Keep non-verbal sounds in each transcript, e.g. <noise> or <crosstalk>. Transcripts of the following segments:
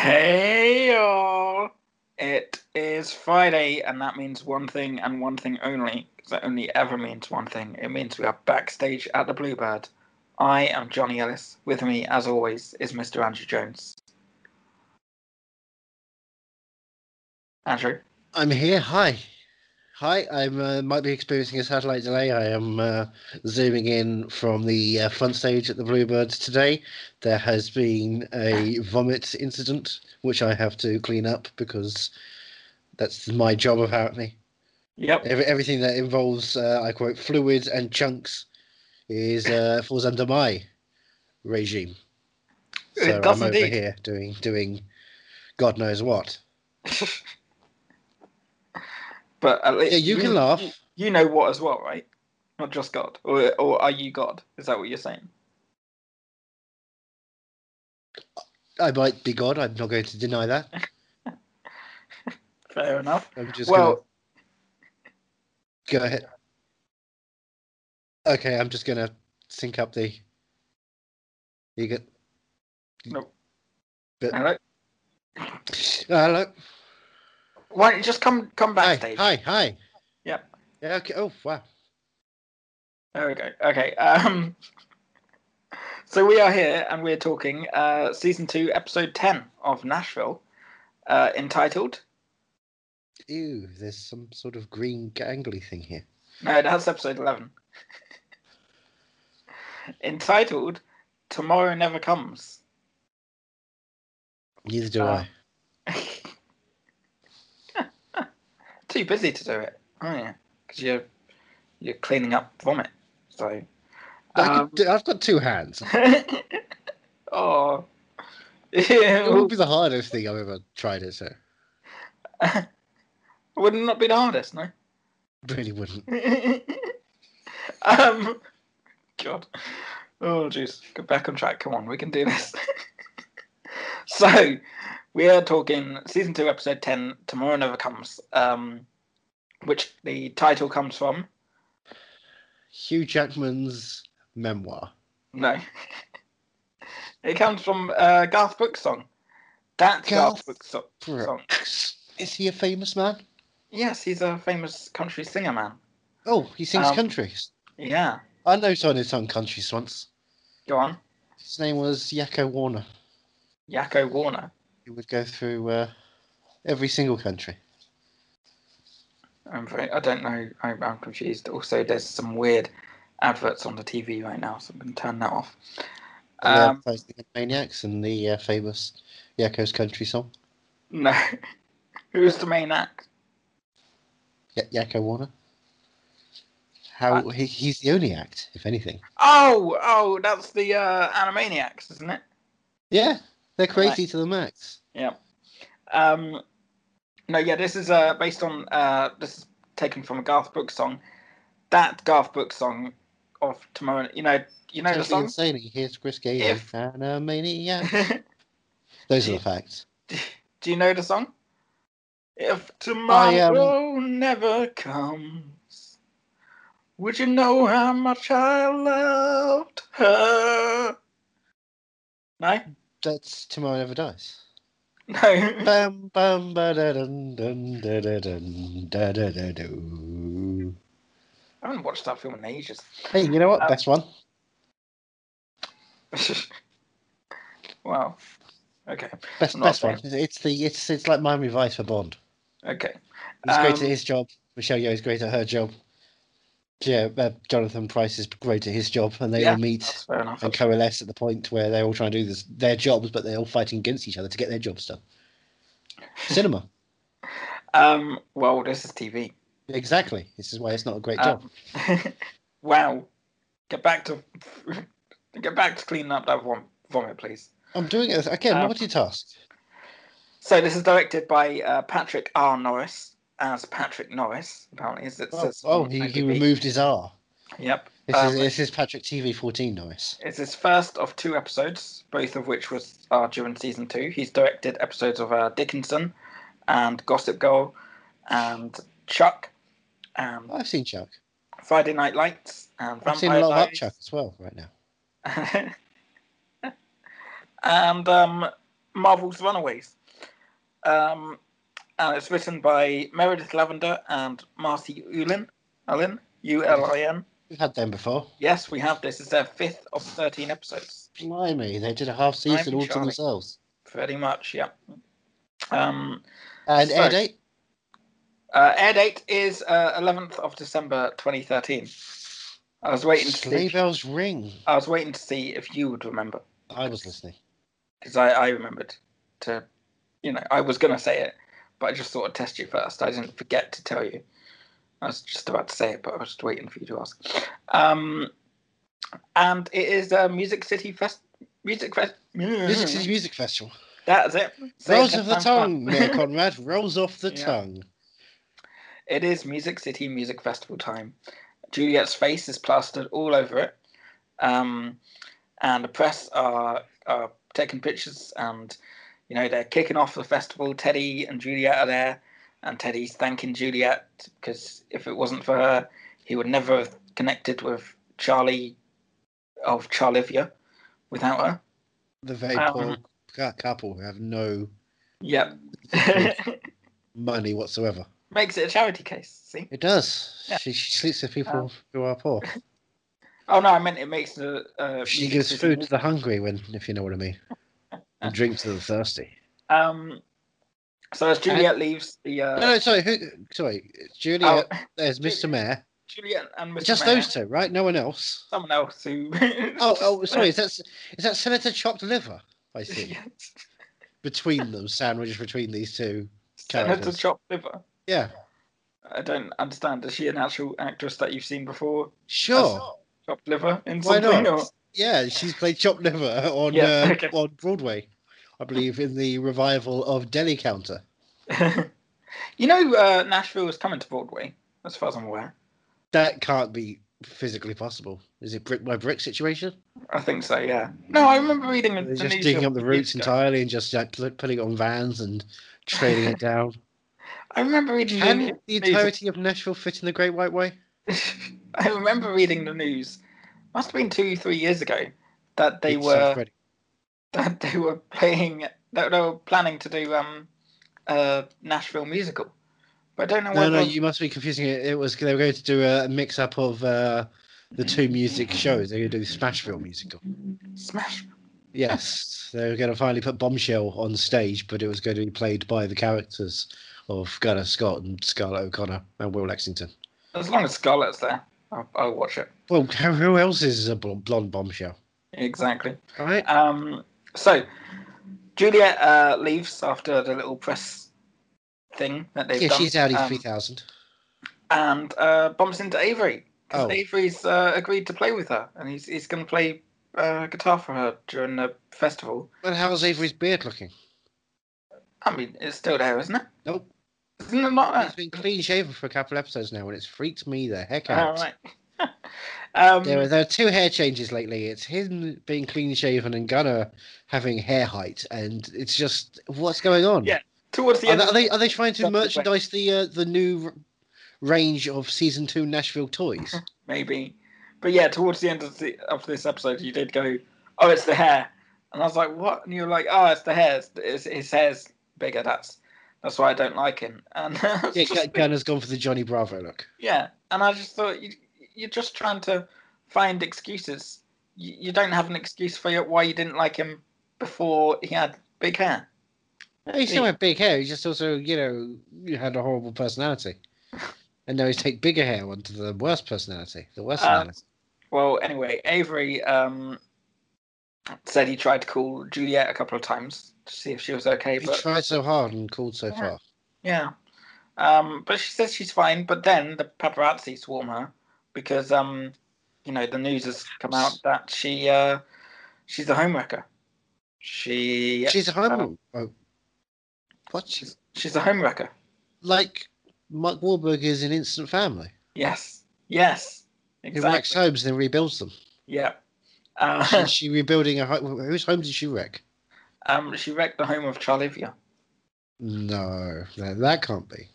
Hey all! It is Friday, and that means one thing and one thing only, because that only ever means one thing. It means we are backstage at the Bluebird. I am Johnny Ellis. With me, as always, is Mr. Andrew Jones. Andrew? I'm here. Hi. Hi, I am uh, might be experiencing a satellite delay. I am uh, zooming in from the uh, front stage at the Bluebird today. There has been a vomit incident, which I have to clean up because that's my job, apparently. Yep. Every, everything that involves, uh, I quote, fluids and chunks is uh, falls under my regime. It So does I'm over indeed. here doing doing God knows what. But at least Yeah, you can laugh. You know what as well, right? Not just God, or or are you God? Is that what you're saying? I might be God. I'm not going to deny that. Fair enough. I'm just well, gonna go ahead. Okay, I'm just gonna sync up the. You get. Nope. But, hello. hello. Why don't you just come come Hi. backstage? Hi. Hi. Yep. Yeah. Okay. Oh wow. There we go. Okay. Um, so we are here and we're talking uh, season two, episode ten of Nashville, uh, entitled. Ew. There's some sort of green gangly thing here. No, that's episode eleven. <laughs> entitled, "Tomorrow Never Comes." Neither do Ah. I. Too busy to do it. Oh yeah, because you're you're cleaning up vomit. So. I um, could do, I've got two hands. <laughs> oh. <laughs> It would be the hardest thing I've ever tried. It so Wouldn't that be the hardest, no? really <laughs> wouldn't. um, God. Oh, jeez. Get back on track. Come on, we can do <laughs> this. so, we are talking season two, episode 10, Tomorrow Never Comes, um, which the title comes from. Hugh Jackman's memoir. <laughs> No. it comes from uh, Garth Brooks' song. That Garth, Garth Brooks so- song. Brooks. Is he a famous man? Yes, he's a famous country singer, man. Oh, he sings Um, country. Yeah. I know someone who sung country once. Go on. His name was Yakko Warner. Yakko Warner. He would go through uh, every single country. I'm very, I don't know. I, I'm confused. Also, there's some weird adverts on the TV right now, so I'm going to turn that off. And Um, <laughs> they advertised the Maniacs and the uh, famous Yakko's country song. no. Who's the main act? Y- Yakko Warner. How he, he's the only act, if anything. Oh, oh, that's the uh, Animaniacs, isn't it? Yeah, they're crazy to the max. Um, no, yeah, this is uh, based on, uh, this is taken from a Garth Brooks song. That Garth Brooks song of Tomorrow, you know, you know the Totally song? insane. Here's Chris Gayle. If- And a maniac. Those <laughs> are the facts. Do you know the song? um, If tomorrow never comes, would you know how much I loved her? No, <laughs> That's Tomorrow Never Dies. no. Bam, bam, ba da dun dun da da dun da da da do. I haven't watched that film in ages. <laughs> Hey, you know what? Um, Best one. wow. Okay. Best I'm not best one. It's the it's it's like Miami Vice for Bond. Okay. He's great Um, at his job. Michelle Yeoh is great at her job. Yeah, uh, Jonathan Price is great at his job, and they Yeah, all meet That's fair enough. and coalesce at the point where they're all trying to do this, their jobs, but they're all fighting against each other to get their jobs done. Cinema, Um, well, this is TV. exactly. This is why it's not a great job. Um, <laughs> wow. Get back to <laughs> get back to cleaning up that vom- vomit, please. I'm doing it again. um, multitask. So this is directed by uh, Patrick R. Norris as Patrick Norris. Apparently, is it Oh, says oh on he, he IMDb. removed his R. Yep, This Um, is this is Patrick TV fourteen noise. it's his first of two episodes, both of which was are during season two. He's directed episodes of uh, Dickinson, and Gossip Girl, and Chuck, and I've seen Chuck. Friday Night Lights, and Vampire I've seen a lot of Diaries. up Chuck as well right now. <laughs> and um, Marvel's Runaways. Um, and it's written by Meredith Lavender and Marcy Ulin. Ulin, U L I N. We've had them before. Yes, we have. This is their fifth of 13 episodes. Blimey, they did a half season Blimey, all to Charlie. themselves. Pretty much, yeah. Um, And So- air date? Uh, air date is uh, 11th of December 2013. I was waiting to Sleigh see. bells ring. I was waiting to see if you would remember I was listening. because I, I remembered to, you know, I was gonna say it, but I just thought I'd test you first. I didn't forget to tell you. I was just about to say it, but I was just waiting for you to ask. Um, and it is uh, Music City Fest. Music Fest. Music City Music Festival. That's it. Say it Rolls ten off Mm. times the fast. <laughs> tongue, Mayor Conrad. Rolls off the Yeah. tongue. It is Music City Music Festival time. Juliet's face is plastered all over it, um, and the press are, are taking pictures, and you know they're kicking off the festival. Teddy and Juliet are there, and Teddy's thanking Juliet because if it wasn't for her, he would never have connected with Charlie of Charlivia without her. The very Um, poor cou- couple who have no Yep, money whatsoever. <laughs> makes it a charity case. See? It does. Yeah. Uh-huh. She, she sleeps with people who are poor. Oh no, I meant it makes the. Uh, She Music gives City food to the hungry, when if you know what <laughs> I mean, and drink to the thirsty. Um, so as Juliet leaves the uh, No, no, sorry, who, sorry, oh, Juliet. there's Mr. Mayor. Juliet and Mr. Just Mayor, those two, right? No one else. someone else who. Oh, <laughs> oh, sorry. Is that is that Senator chopped liver? I see. Yes. between them, sandwiched between these two. Senator Characters. Chop Liver. Yeah, I don't understand. Is she an actual actress that you've seen before? sure. Chop Liver in Why something? not? Yeah, she's played Chop Liver on Yeah, uh, okay. on Broadway, I believe, in the revival of Deli Counter. Or... <laughs> you know, uh, Nashville is coming to Broadway, as far as I'm aware. That can't be physically possible. Is it brick by brick situation? I think so. Yeah. No, I remember reading. They're the just news digging a up the few roots years ago. entirely and just like, pl- putting it on vans and <laughs> trailing it down. I remember reading. the Can news- the entirety of Nashville fit in the Great White Way? <laughs> I remember reading the news. Must have been two, three years ago that they It's so were pretty. that they were playing that they were planning to do um a Nashville musical. But I don't know No, whether no, you must be confusing it. It was they were going to do a mix up of uh, the two music shows. They were going to do Smashville musical. Smash Yes, they were going to finally put Bombshell on stage, but it was going to be played by the characters of Gunnar Scott and Scarlett O'Connor and Will Lexington. as long as Scarlett's there, I'll, I'll watch it. Well, who else is a bl- blonde bombshell? Exactly. Right? Um so Juliet uh, leaves after the little press thing that they've Yeah, done. she's out of um, 3000. and uh, bumps into Avery. 'Cause Oh. Avery's uh, agreed to play with her, and he's he's going to play uh, guitar for her during the festival. Well, how's Avery's beard looking? I mean, it's still there, isn't it? Nope. Isn't it not there? It's been clean shaven for a couple episodes now, and it's freaked me the heck All out. right. <laughs> um, There, were, there are two hair changes lately. It's him being clean shaven and Gunnar having hair height, and it's just what's going on? Yeah, towards the Are, end, they- are they are they trying to That's the way. merchandise the uh, the new r- range of season two <laughs> Nashville toys? maybe. But yeah, towards the end of, the, of this episode, you did go, "Oh, it's the hair," and I was like, "What?" And you were like, "Oh, it's the hair. It's, it's, his hair's bigger. That's that's why I don't like him." <laughs> And I was yeah, just Gun- like- Gunnar's gone for the Johnny Bravo look. Yeah, and I just thought you, you're just trying to find excuses. You, you don't have an excuse for your, why you didn't like him before he had big hair. He still Yeah. had big hair. He just also you know you had a <laughs> horrible personality, and now he's take bigger hair onto the worst personality, the worst Uh, personality. Well, anyway, Avery um, said he tried to call Juliet a couple of times to see if she was okay, He but tried so hard and called so Yeah. far. yeah. Um, but she says she's fine. But then the paparazzi swarm her because um, you know the news has come out that she uh, she's a homewrecker. She She's a home. oh. What? she's, she's a homewrecker. Like Mark Wahlberg is an instant family. Yes. Yes. He wrecks Exactly. homes and then rebuilds them. Yeah. She's Uh, she rebuilding a home. Whose home did she wreck? <laughs> um, she wrecked the home of Charlivia. No, that, that can't be.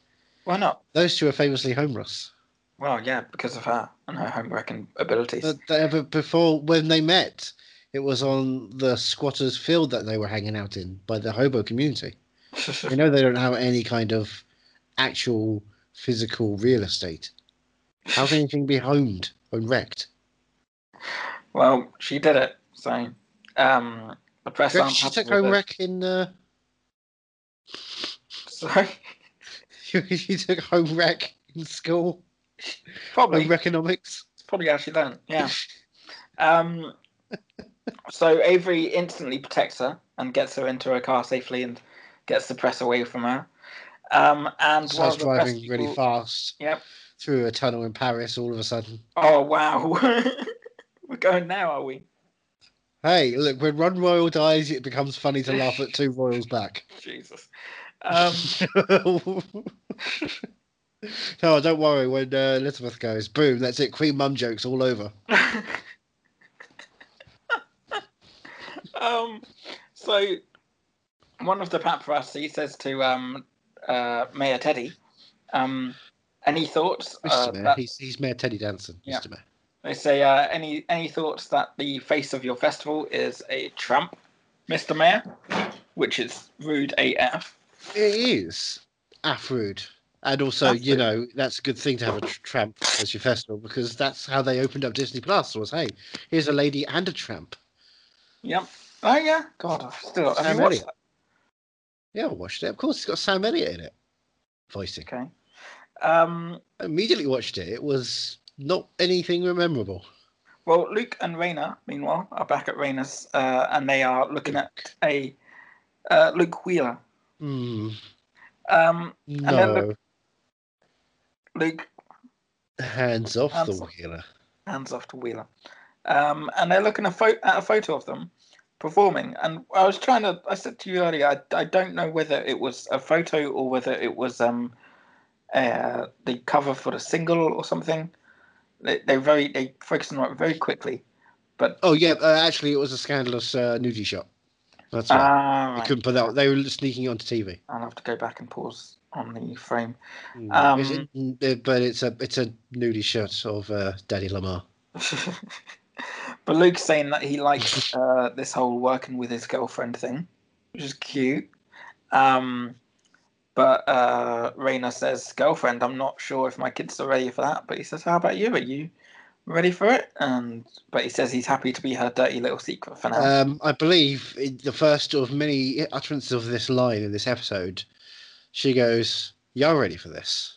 Why not? Those two are famously homeless. Well, yeah, because of her and her home wrecking abilities. But, they- but before, when they met, It was on the squatters' field that they were hanging out in by the hobo community. you know they don't have any kind of actual physical real estate. How can anything be homed and wrecked? <laughs> well, she did it. So, um, the press Wreck- aren't she happy took with home it. wreck in. Uh, <laughs> <laughs> Sorry, she took home wreck in school. probably. Home economics. It's probably actually don't. <laughs> Yeah. um. So Avery instantly protects her and gets her into her car safely and gets the press away from her. Um. And while Starts the press driving <laughs> really people- fast. Yep. Through a tunnel in Paris, all of a sudden. Oh wow. <laughs> We're going now, are we? Hey, look! When one royal dies, it becomes funny to laugh at two royals back. Jesus. Um. <laughs> no, don't worry. When uh, Elizabeth goes, boom, that's it. Queen Mum jokes all over. <laughs> um, so one of the paparazzi says to um, uh, Mayor Teddy, um, "Any thoughts?" Uh, Mr. Mayor, that- he's, he's Mayor Teddy Danson. Yeah. Mr. Mayor. they say, uh, "Any any thoughts that the face of your festival is a tramp, Mister Mayor?" Which is rude AF. It is Afrood. And also, you Afrood. know, that's a good thing to have a tr- tramp as your festival because that's how they opened up Disney Plus. Was hey, here's a lady and a tramp. Yep. Oh yeah. God, I've still. Have Sam you watched Elliott. Yeah, I watched it. Of course, it's got Sam Elliott in it, voicing. that? Okay. Um, I immediately watched it. It was not anything memorable. well, Luke and Raina, meanwhile, are back at Raina's, uh, and they are looking at a uh, Luke Wheeler. Hmm. Um, then No. Luke Hands off Hands the off. wheeler. hands off to Wheeler, um, and they're looking a pho- at a photo of them performing. And I was trying to, I said to you earlier, I, I don't know whether it was a photo or whether it was um, uh, the cover for the single or something. They, they very they focused on it very quickly, but Oh yeah, uh, actually, it was a scandalous uh, nudie shot. That's right. ah, They right. couldn't put that. They were sneaking it onto TV. I'll have to go back and pause on the frame. Mm. Um, Is it- mm, but it's a it's a nudie shot of uh, Daddy Lamar. <laughs> but Luke's saying that he likes uh, this whole working with his girlfriend thing, which is cute. Um, but uh, Raina says, "Girlfriend, I'm not sure if my kids are ready for that." But he says, "How about you? Are you ready for it?" And but he says he's happy to be her dirty little secret for now. Um, I believe in the first of many utterances of this line in this episode, she goes, "You're ready for this."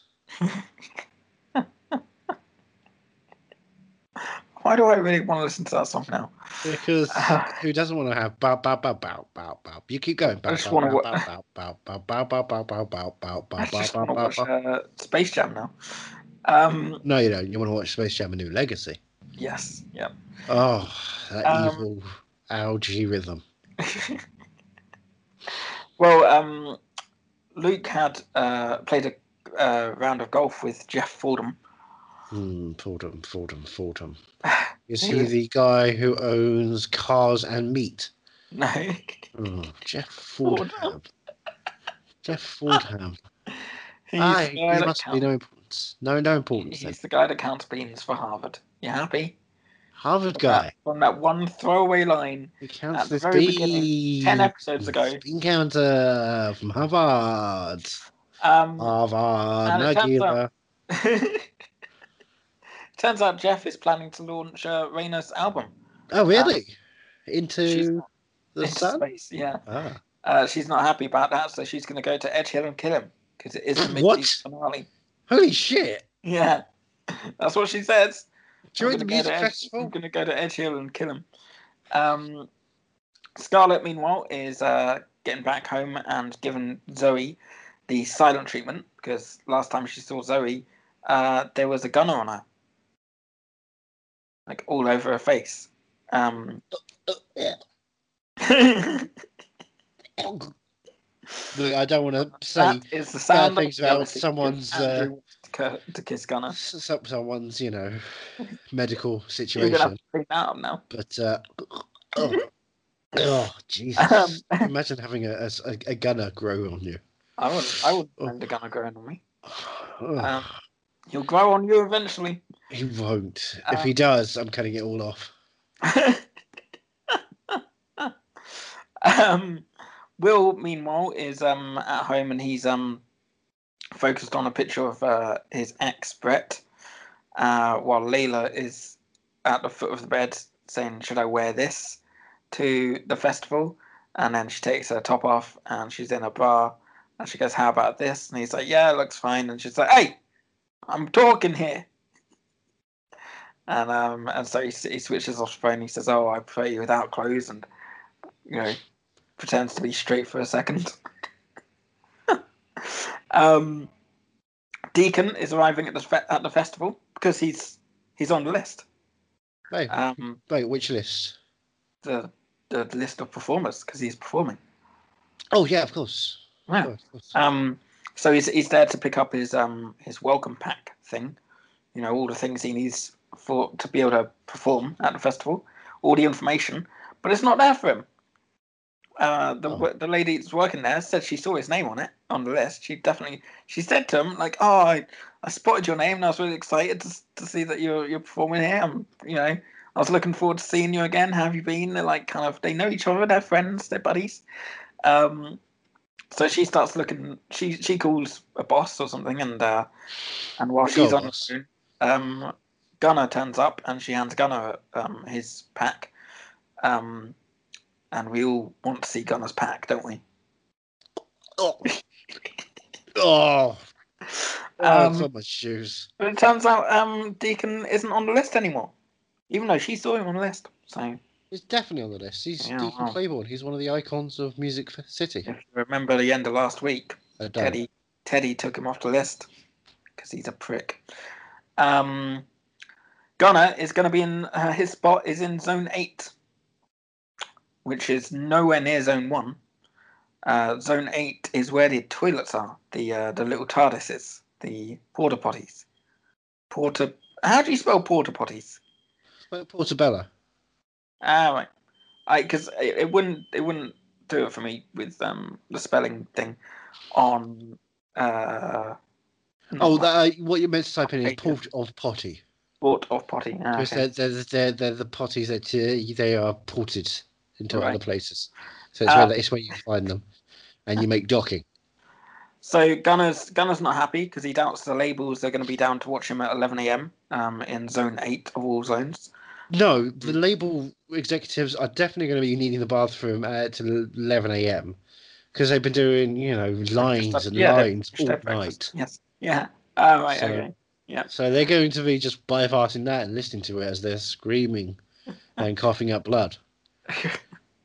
Why do I really want to listen to that song now? <laughs> Because Ah. who doesn't want to have bow bow bow bow bow bow? You keep going. Bow, I just bow, wanna bow, wa- bow, bow, bow, bow, bow, bow, bow, bow, bow, bow, I bow, just bow, want to bow, watch bow. uh, Space Jam now. Um, No, you don't. You want to watch Space Jam: A New Legacy. yes, yeah. Oh, that Um, evil algae rhythm. Well, um, Luke had uh, played a uh, round of golf with Jeff Fordham. <laughs> Hmm, Fordham, Fordham, Fordham. <sighs> You He see was- the guy who owns cars and meat. No, Oh, Jeff Fordham. Fordham. <laughs> Jeff Fordham. he's the Aye, Ah, he guy that must be counts- no importance. No, no importance. Then. he's the guy that counts beans for Harvard. You happy? Harvard guy. From that one throwaway line He at counts the this very beginning, bee. ten episodes ago. Bean counter from Harvard. Um, Harvard, And it turns Nagila. <laughs> turns out Jeff is planning to launch uh, Raina's album. Oh, really? She's Into not the in <laughs> sun? space. Yeah, Ah. uh, she's not happy about that, so she's going to go to Edge Hill and kill him because it is the What? mid finale. Holy shit! Yeah, <laughs> that's what she says. During the I'm gonna go music to Ed- I'm festival? going to go to Edge Hill and kill him. Um, Scarlett, meanwhile, is uh, getting back home and giving Zoe the silent treatment because last time she saw Zoe, uh, there was a gunner on her, like all over her face. Um, <laughs> that Look, I don't want to say is the sound things of about reality, 'cause someone's, uh, Andrew wants to, cur- to kiss Gunner. s- s- someone's, <laughs> you know, medical Ah. You're gonna have situation, to clean that up now. but uh, oh, oh, Jesus! Um, <laughs> Imagine having a, a s- a- a gunner grow on you. I would, I would Oh. mind a gunner growing on me. Oh, <sighs> Um, He'll grow on you eventually. he won't. uh, if he does, I'm cutting it all off. Um, Will, meanwhile, is um, at home and he's um, focused on a picture of uh, his ex, Brett, uh, while Layla is at the foot of the bed saying, Should I wear this to the festival? And then she takes her top off and she's in a bar and she goes, How about this? And he's like, Yeah, it looks fine. And she's like, Hey, I'm talking here. And um, and so he, s- he switches off his phone. He says, "Oh, I prefer you without clothes," and you know, pretends to be straight for a second. <laughs> um, Deacon is arriving at the fe- at the festival because he's he's on the list. Wait, Um, wait, which list? the the list of performers because he's performing. Oh yeah, of course. Yeah. Oh, of course. Um, so he's he's there to pick up his um his welcome pack thing, you know, all the things he needs for to be able to perform at the festival, all the information, but it's not there for him. Uh, the Oh. the lady that's working there said she saw his name on it on the list. She definitely she said to him like, "Oh, I, I spotted your name and I was really excited to s- to see that you're you're performing here. I'm you know." I was looking forward to seeing you again. How have you been? They're like kind of they know each other. They're friends. They're buddies. Um, so she starts looking. She she calls a boss or something, and uh, and while Go, she's on the boss. phone, um, Gunner turns up and she hands Gunner um, his pack. Um, and we all want to see Gunner's pack, don't we? Oh. <sighs> oh. Oh, it's Um, on my shoes. But it turns out um, Deacon isn't on the list anymore, even though she saw him on the list. So He's definitely on the list. He's Yeah, Deacon wow. Claiborne. He's one of the icons of Music F- City. if you remember the end of last week, I don't. Teddy Teddy took him off the list because he's a prick. Um, Gunner is going to be in uh, his spot is in zone eight, which is nowhere near zone one. Uh, zone eight is where the toilets are, the uh, the little TARDISes, the porta potties. Porta. How do you spell porta potties? Like Portabella. Ah, right. I because it, it wouldn't it wouldn't do it for me with um the spelling thing on. Uh, Oh, that, uh, what you meant to type in is Okay. port of potty. port of potty. Ah, Because okay. they're, they're, they're, they're the potties that uh, they are ported into Right. other places. So it's, Uh, where, it's where you find them. And you make docking. So Gunner's Gunner's not happy because he doubts the labels are going to be down to watch him at 11 a.m. Um, in Zone Eight of all zones. No, Hmm. the label executives are definitely going to be needing the bathroom at 11 a.m. Because they've been doing, you know, lines and Yeah, they've lines Just all have night. breakfast. Yes. Yeah. Oh, right. So- okay. So they're going to be just bypassing that and listening to it as <laughs> they're screaming and coughing up blood. And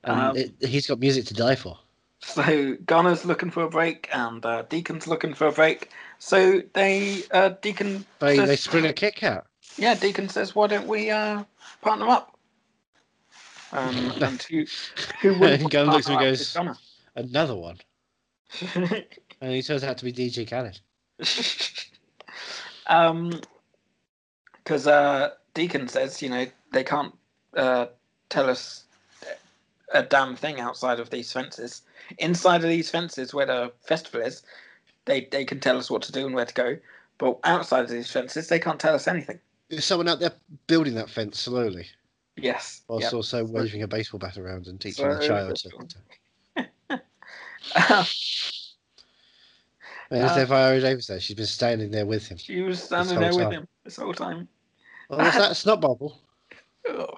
Um, it, he's got music to die for. So Gunner's looking for a break and uh, Deacon's looking for a break. So they uh, Deacon They, says, they spring a Kit Kat. yeah Deacon says why don't we uh, partner up? <laughs> Um, and who who would Gunner looks at me and Gunner. Another one. And he turns out to be DJ Khaled. <laughs> um, because uh, Deacon says, you know, they can't uh, tell us a damn thing outside of these fences. Inside of these fences, where the festival is, they they can tell us what to do and where to go. But outside of these fences, they can't tell us anything. There's someone out there building that fence slowly, Yes. whilst Yep. also waving a baseball bat around and teaching the So- <laughs> child to. to- There's Um, their Viola Davis there. She's been standing there with him. she was standing whole there with time. him this whole time. <laughs> Oh, was that a snot bubble? Ugh.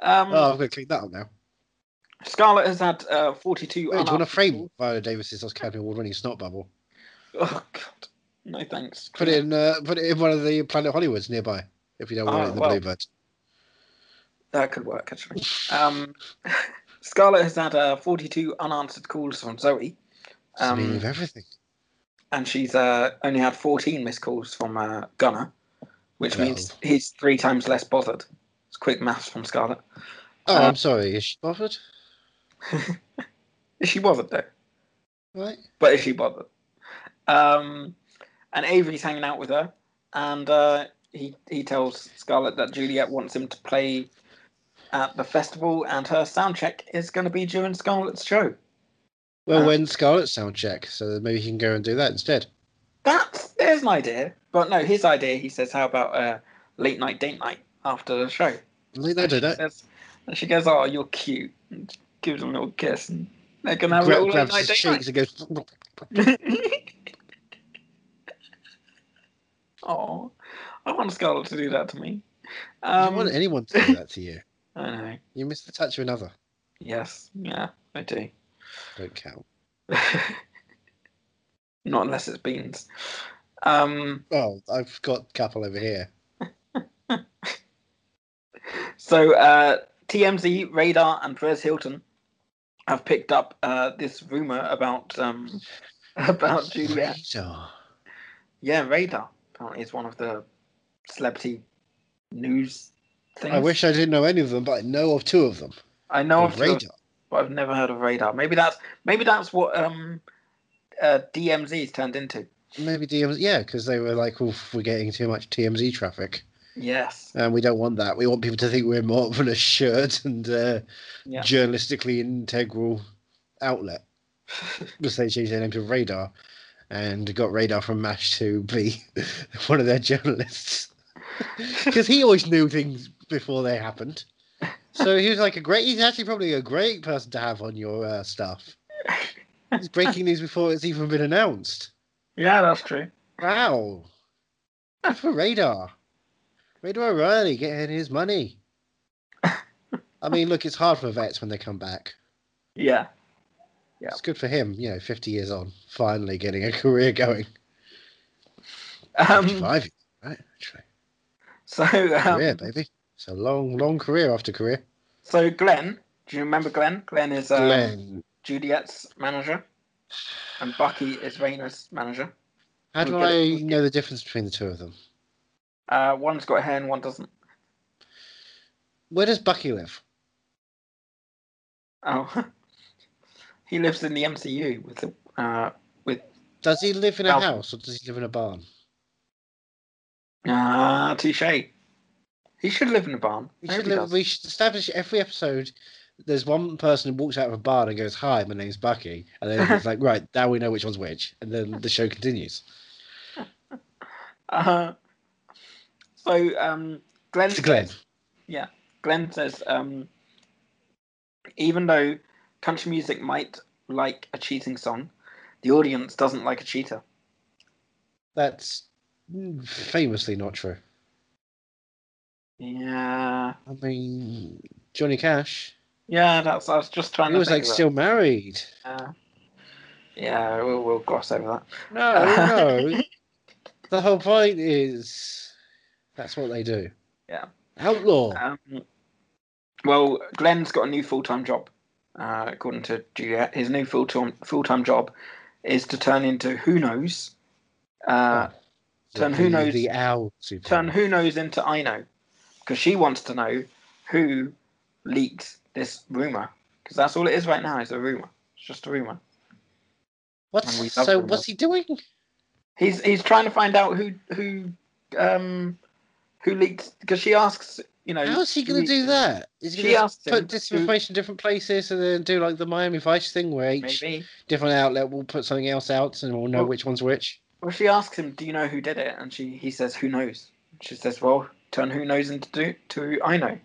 Um, Oh, I've got to clean that up now. Scarlett has had uh, 42. Wait, do you want to unanswered frame Viola Davis's Oscar award-winning snot bubble? Oh god, no thanks. Put it in. Uh, put it in one of the Planet Hollywoods nearby. If you don't want Oh, it in the well. Bluebird. That could work actually. Um, <laughs> Scarlett has had uh, 42 unanswered calls from Zoe, Um, Um, of everything. and she's uh, only had 14 missed calls from uh, Gunner, which Well. means he's three times less bothered. It's quick maths from Scarlett. Oh, uh, I'm sorry. Is she bothered? She bothered though, Right. but is she bothered? Um, and Avery's hanging out with her, and uh, he he tells Scarlett that Juliet wants him to play at the festival, and her sound check is going to be during Scarlett's show. Well, uh, when Scarlet sound check, so maybe he can go and do that instead. That's there's an idea. But no, his idea, he says, how about uh, late night date night after the show? Leave that And do she that. says- and she goes, oh, you're cute. gives them a little kiss, and they're gonna have a Grab- little grabs late his cheeks and goes. <laughs> <laughs> Oh, I want Scarlett to do that to me. I Um, don't want anyone to do that to you. I know. You missed the touch of another. Yes, yeah, I do. Don't count. Not unless it's beans. Um, Oh, I've got a couple over here. so uh, TMZ, Radar, and Perez Hilton have picked up uh, this rumor about um, <laughs> about Julia. Radar. Yeah, Radar apparently is one of the celebrity news things. I wish I didn't know any of them, but I know of two of them. I know The of radar. radar. but I've never heard of Radar. Maybe that's maybe that's what um, uh, DMZ's turned into. Maybe DMZ. Yeah, because they were like, Oof, we're getting too much TMZ traffic. Yes. And we don't want that. We want people to think we're more of an assured and uh, Yeah. journalistically integral outlet. Because they changed their name to Radar and got Radar from MASH to be <laughs> one of their journalists. Because he always knew things before they happened. So he was like a great, he's actually probably a great person to have on your uh, staff. He's breaking news before it's even been announced. Yeah, that's true. Wow. Good for Radar. Radar O'Reilly getting his <laughs> money. I mean, look, it's hard for vets when they come back. Yeah. Yeah. It's good for him, you know, 50 years on, finally getting a <laughs> career going. Um, 55 years, right? Actually, so um, career, baby. It's a long, long career after career. So Glenn, do you remember Glenn? Glenn is um, Glenn. Juliet's manager, and Bucky is Raina's manager. How do we'll get I know the difference between the two of them? Uh, one's got hair and one doesn't. Where does Bucky live? Oh, <laughs> he lives in the MCU with the. Uh, Does he live in a Well- house or does he live in a barn? ah, touche. He should live in a barn. We I hope should, he li- does. we should establish every episode. There's one person who walks out of a bar and goes, "Hi, my name's Bucky," and <laughs> then it's like, "Right now we know which one's which," and then the show continues. Uh, so um, Glenn. It's Glenn. Glenn says, um, even though country music might like a cheating song, the audience doesn't like a cheater. That's famously not true. Yeah. I mean, Johnny Cash. Yeah, that's. I was just trying He to. was think like of that. still married. Uh, yeah, we'll, we'll gloss over that. <laughs> No, no. the whole point is that's what they do. Yeah. Outlaw. Um, well, Glenn's got a new full time job, uh, according to Juliet. His new full time full time job is to turn into Who Knows, uh, turn the, who knows- the owl. Super. turn Who Knows into I Know, because she wants to know who leaked this rumor, because that's all it is right now. is a rumor. It's just a rumor. and we What's love so? them. What's he doing? He's he's trying to find out who who um who leaked because she asks you know How's he going who- to do that? Is he She gonna asked him put this who- information in different places and then do like the Miami Vice thing where each maybe Oh. different outlet will put something else out and we'll know Well- which one's which. Well, she asks him, "Do you know who did it?" And she he says, "Who knows?" She says, "Well, turn who knows into do to I know."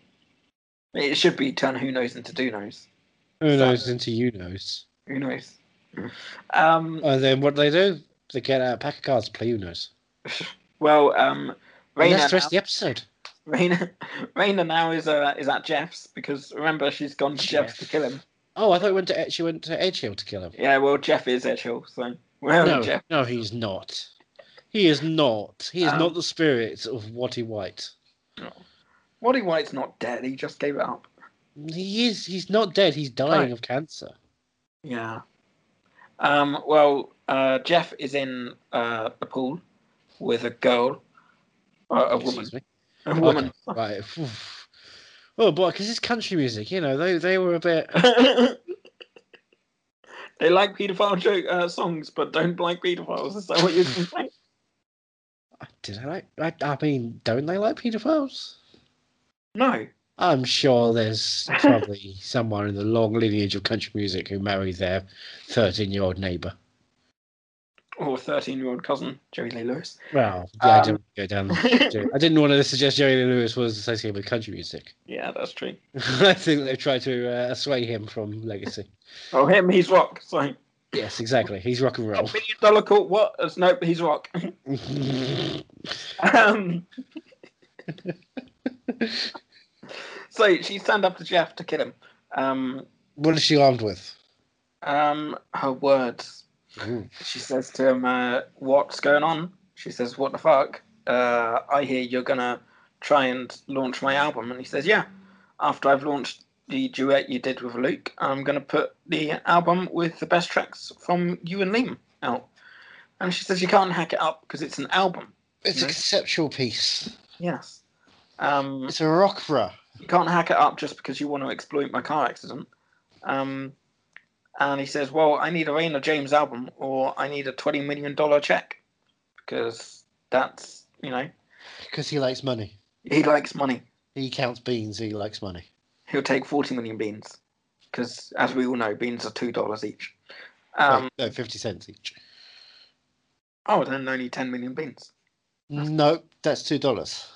It should be turn who knows into do knows. Who So- knows into you knows. Who knows? <laughs> Um, And then what do they do? They get out a pack of cards, play who knows. well, um, And Raina, that's the rest now, of the episode. Raina, <laughs> Raina now is uh, is at Jeff's because remember she's gone to Jeff's to kill him. Oh, I thought he went to she went to Edge Hill to kill him. Yeah, well, Jeff is at Hill, so where are No, Jeff? no, he's not. He is not. He is Um, not the spirit of Watty White. Waddy White's not dead; he just gave it up. He is. He's not dead. He's dying Right. of cancer. Yeah. Um, well, uh, Jeff is in uh, the pool with a girl, uh, a woman, Excuse me. a woman. Okay, right. oof. Oh boy, because it's country music, you know. They they were a bit. <laughs> <laughs> they like paedophile joke uh, songs, but don't like paedophiles. Is that <laughs> what you're saying? Did I like? I, I mean, don't they like paedophiles? No. I'm sure there's <laughs> probably someone in the long lineage of country music who married their 13 year old neighbour. or 13 year old Oh, cousin, Jerry Lee <laughs> Lewis. Well, yeah, I Um, didn't go down. Jerry- I didn't want to suggest Jerry Lee Lewis was associated with country music. <laughs> yeah, that's true. I think they've tried to uh, assuage him from legacy. Oh, him, he's rock. Sorry. Yes, exactly. He's rock and A roll. <laughs> million dollar court. What? It's- Nope, he's rock. um, so she turned up to Jeff to kill him. Um, what is she armed with? um, her words. Ooh. She says to him, uh, "What's going on?" She says, "What the fuck? Uh, I hear you're gonna try and launch my album." And he says, "Yeah. After I've launched the duet you did with Luke, I'm gonna put the album with the best tracks from you and Liam out." And she says, "You can't hack it up because it's an album." It's a No. conceptual piece. Yes. Um, It's a rockra. you can't hack it up just because you want to exploit my car accident. Um, and he says, Well, I need a Raina James album or I need a $20 million check because that's, you know, Because he likes money. he likes money. He counts beans. He likes money. He'll take 40 million beans because, as we all know, beans are $2 each. Um, no, no, fifty cents each. oh, then only 10 million beans. No, that's two dollars.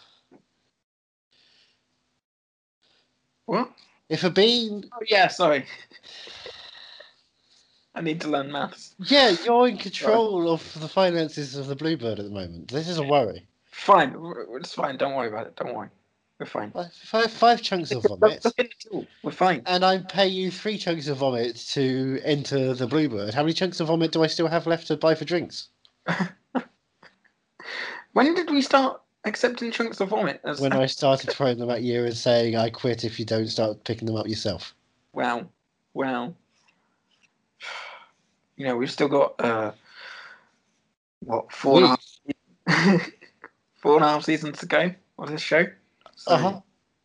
What? If a bean, Oh, yeah, sorry. <laughs> I need to learn maths. yeah, you're in control of the finances of the Bluebird at the moment. This is a worry. Fine. w- w- It's fine. Don't worry about it. Don't worry. We're fine. Five, five, five chunks of <laughs> vomit, We're fine. and I pay you three chunks of vomit to enter the Bluebird. How many chunks of vomit do I still have left to buy for drinks? When did we start accepting chunks of vomit? As, When I started throwing them at you and saying I quit if you don't start picking them up yourself. Wow, wow. You know, we've still got uh, what four and a half, <laughs> four and a half seasons to go on this show. So Uh-huh.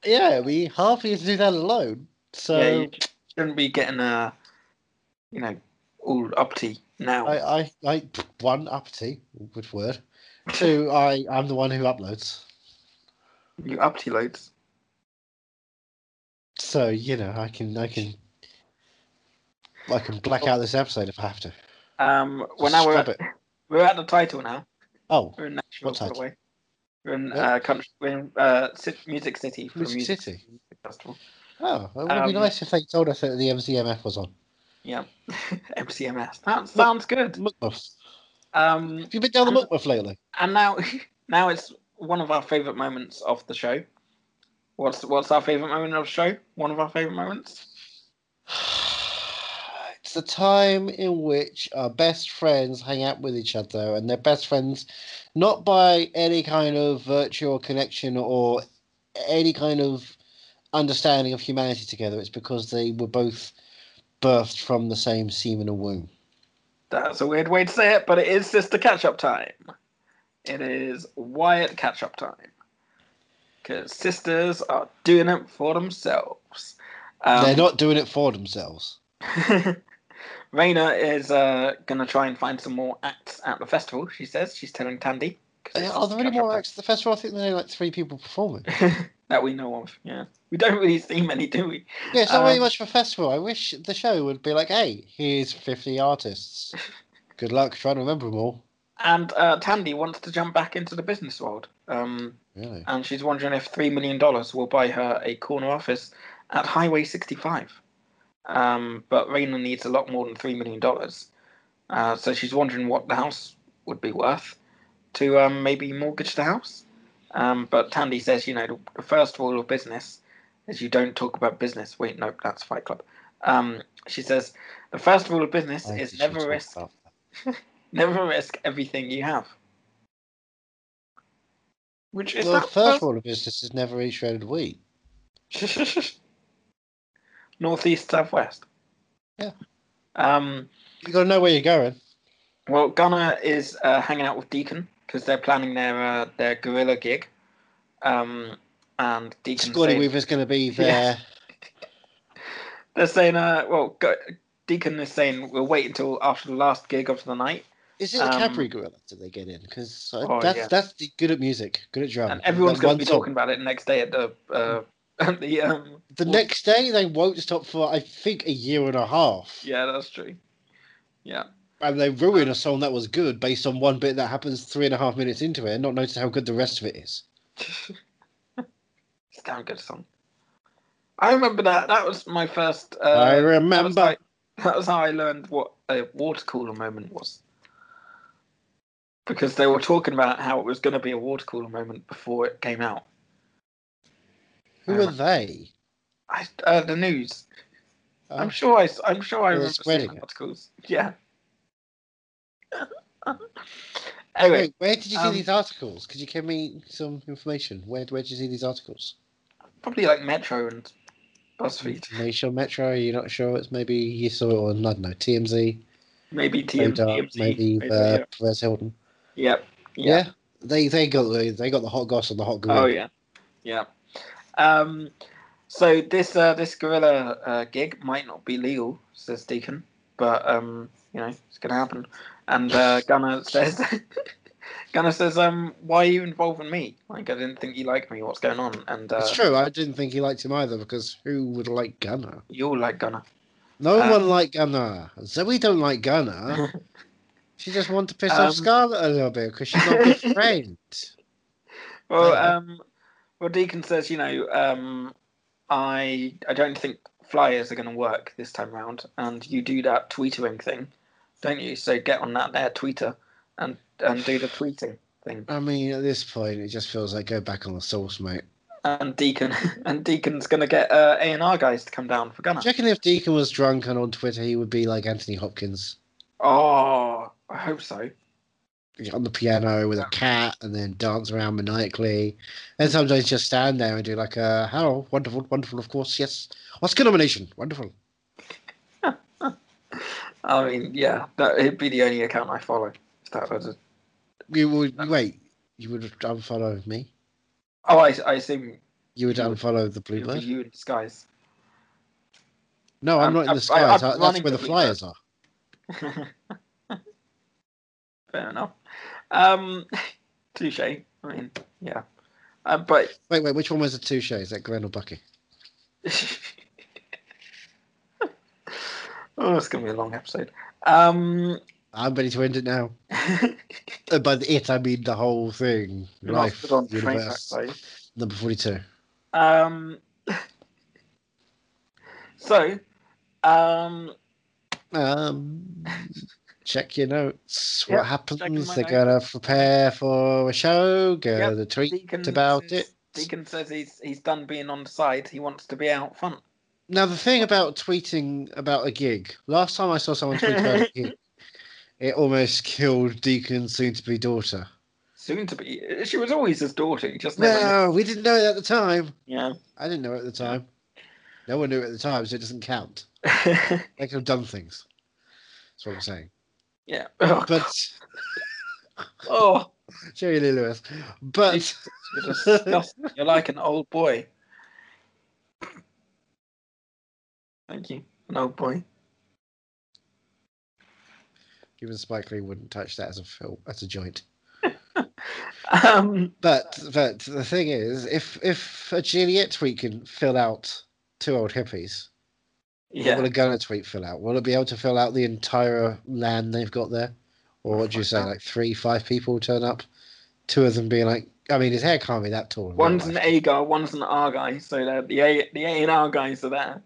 Yeah, we hardly need to do that alone. So yeah, you shouldn't be getting uh, you know, all uppity now. I, I, I, one uppity, good word. <laughs> Two, I, I'm the one who uploads. you uppity loads. So you know, I can, I can, I can black out this episode if I have to. Um, well now we're Scrub at, we're at the title now. Oh, We're in Nashville, What by the title? way. We're in What? uh, country. We're in uh, Ci- Music City for the Music music City. festival. Oh, it would be Um, nice if they told us that the MCMF was on. Yeah, <laughs> MCMS. That sounds good. Muckmuff. Um, Have you been down the Muckmuff lately? and now, <laughs> now it's one of our favorite moments of the show. What's what's our favorite moment of the show? One of our favorite moments. <sighs> It's the time in which our best friends hang out with each other, and they're best friends not by any kind of virtual connection or any kind of understanding of humanity together. It's because they were both birthed from the same semen and womb. That's a weird way to say it, but it is sister catch up time. It is Wyatt catch up time because sisters are doing it for themselves. Um, they're not doing it for themselves. <laughs> Raina is uh, gonna try and find some more acts at the festival. She says she's telling Tandy. 'cause it's Are there any catch-up more time. acts at the festival? I think there are only, like three people <laughs> performing. that we know of. Yeah, we don't really see many, do we? Yeah, it's not really Um, much of a festival. I wish the show would be like, hey, here's 50 artists. Good luck trying to remember them all. And uh, Tandy wants to jump back into the business world, um, Really? and she's wondering if three million dollars will buy her a corner office at Highway 65. Um, but Raina needs a lot more than three million dollars, uh, so she's wondering what the house would be worth to um, maybe mortgage the house. Um, but Tandy says, you know, the- the first rule of business is you don't talk about business. Wait, nope, that's Fight Club. Um, she says the first rule of business I is think we never should risk talk about Never risk everything you have. Which that. is Well, the that first rule of business is never eat shredded wheat. first- <laughs> northeast southwest. Yeah. Um. you got to know where you're going. Well, Gunnar is uh, hanging out with Deacon because they're planning their uh, their gorilla gig. Um, and Deacon. Scotty says- Weaver's going to be there. they're saying, uh, well, go, Deacon is saying we'll wait until after the last gig of the night, Is it the Um, Cadbury Gorilla that they get in? Because Oh, that's, yeah. that's the, good at music, good at drum. and everyone's Oh, That going one to be song. talking about it next day at the uh, <laughs> at the um. The Well- next day, they won't stop for, I think, a year and a half. <laughs> Yeah, that's true. Yeah. and they Um, ruin a song that was good based on one bit that happens three and a half minutes into it and not notice how good the rest of it is. It's a damn good song. I remember that. That was my first. Uh, I that was, remember. like, that was how I learned what a water cooler moment was. Because they were talking about how it was going to be a water cooler moment before it came out. Who are they? I, uh, the news. I'm Oh, sure I. s- I'm sure I They were remember spreading seeing it. articles. Yeah. <laughs> anyway, wait, where did you see um, these articles? Could you give me some information? Where where did you see these articles? probably like Metro and BuzzFeed, Are you sure Metro? Are you not sure? It's maybe you saw it on I don't know TMZ, maybe TM, Radar, TMZ, maybe, maybe, uh, yeah. Perez Hilton. Yep. Yeah. they they got the they got the hot goss and the hot girl. Oh yeah, yeah. Um, so this uh, this gorilla uh, gig might not be legal, says Deacon, but um, you know it's gonna happen. And uh, Gunner <laughs> says, Gunner says, um, why are you involving me? Like I didn't think you liked me. What's going on? And uh, It's true. I didn't think he liked him either because who would like Gunner? you all like Gunner. No Um, one liked Gunner. Zoe don't like Gunner. <laughs> she just wanted to piss Um, off Scarlet a little bit because she's not <laughs> a good friend. Well, Yeah. um, well, Deacon says, you know, um, I I don't think flyers are going to work this time round, and you do that tweetering thing, don't you? So get on that there tweeter and and do the tweeting thing. I mean, at this point, it just feels like go back on the source, mate. And Deacon <laughs> and Deacon's going to get uh, A and R guys to come down for Gunner. Checking if Deacon was drunk and on Twitter, he would be like Anthony Hopkins Oh, I hope so. on the piano with a cat and then dance around maniacally. And sometimes just stand there and do like a hello, wonderful, wonderful, of course, yes. Oscar nomination, wonderful. I mean, yeah, that it'd be the only account I follow. If that was a... You would wait. You would unfollow me. Oh, I, I assume You would You would- unfollow the it would be Bluebird. you in disguise. No, I'm I'm- not in I'm- the skies. I'm I- That's running where the the Bluebird. flyers are. Fair enough. Um, <laughs> touche. I mean, yeah. Uh, but <laughs> Wait, wait. Which one was the touche? Is that Glenn or Bucky? oh, it's gonna be a long episode. Um, <laughs> I'm ready to end it now. Uh, By the it, I mean the whole thing. Life, lots on the train universe, back, number forty-two. though. Um, <laughs> so, um, Um, check your notes. Yep, what happens? my They're notes. gonna prepare for a show. Go Yep, to tweet Deacon about says, it. Deacon says he's he's done being on the side. He wants to be out front. Now the thing about tweeting about a gig. Last time I saw someone tweet about a <laughs> gig, it almost killed Deacon's soon-to-be daughter. Soon to be. She was always his daughter. He just never. No, we didn't know it at the time. Yeah. I didn't know it at the time. No one knew it at the time, so it doesn't count. They could have done things. That's what I'm saying. <laughs> yeah. <laughs> Oh, But oh, Jerry Lee Lewis. But Jesus, you're disgusting. You're like an old boy. Thank you, an old boy. even Spike Lee wouldn't touch that as a film, as a joint. Um, But but the thing is, if if a Juliet tweet can fill out two old hippies, what will yeah. a Gunner tweet fill out? Will it be able to fill out the entire land they've got there? Or what do you say, like three, five people turn up? Two of them being like, I mean, his hair can't be that tall. in real One's life. an A guy, one's an R guy. So they're- the A, the A and R guys are there.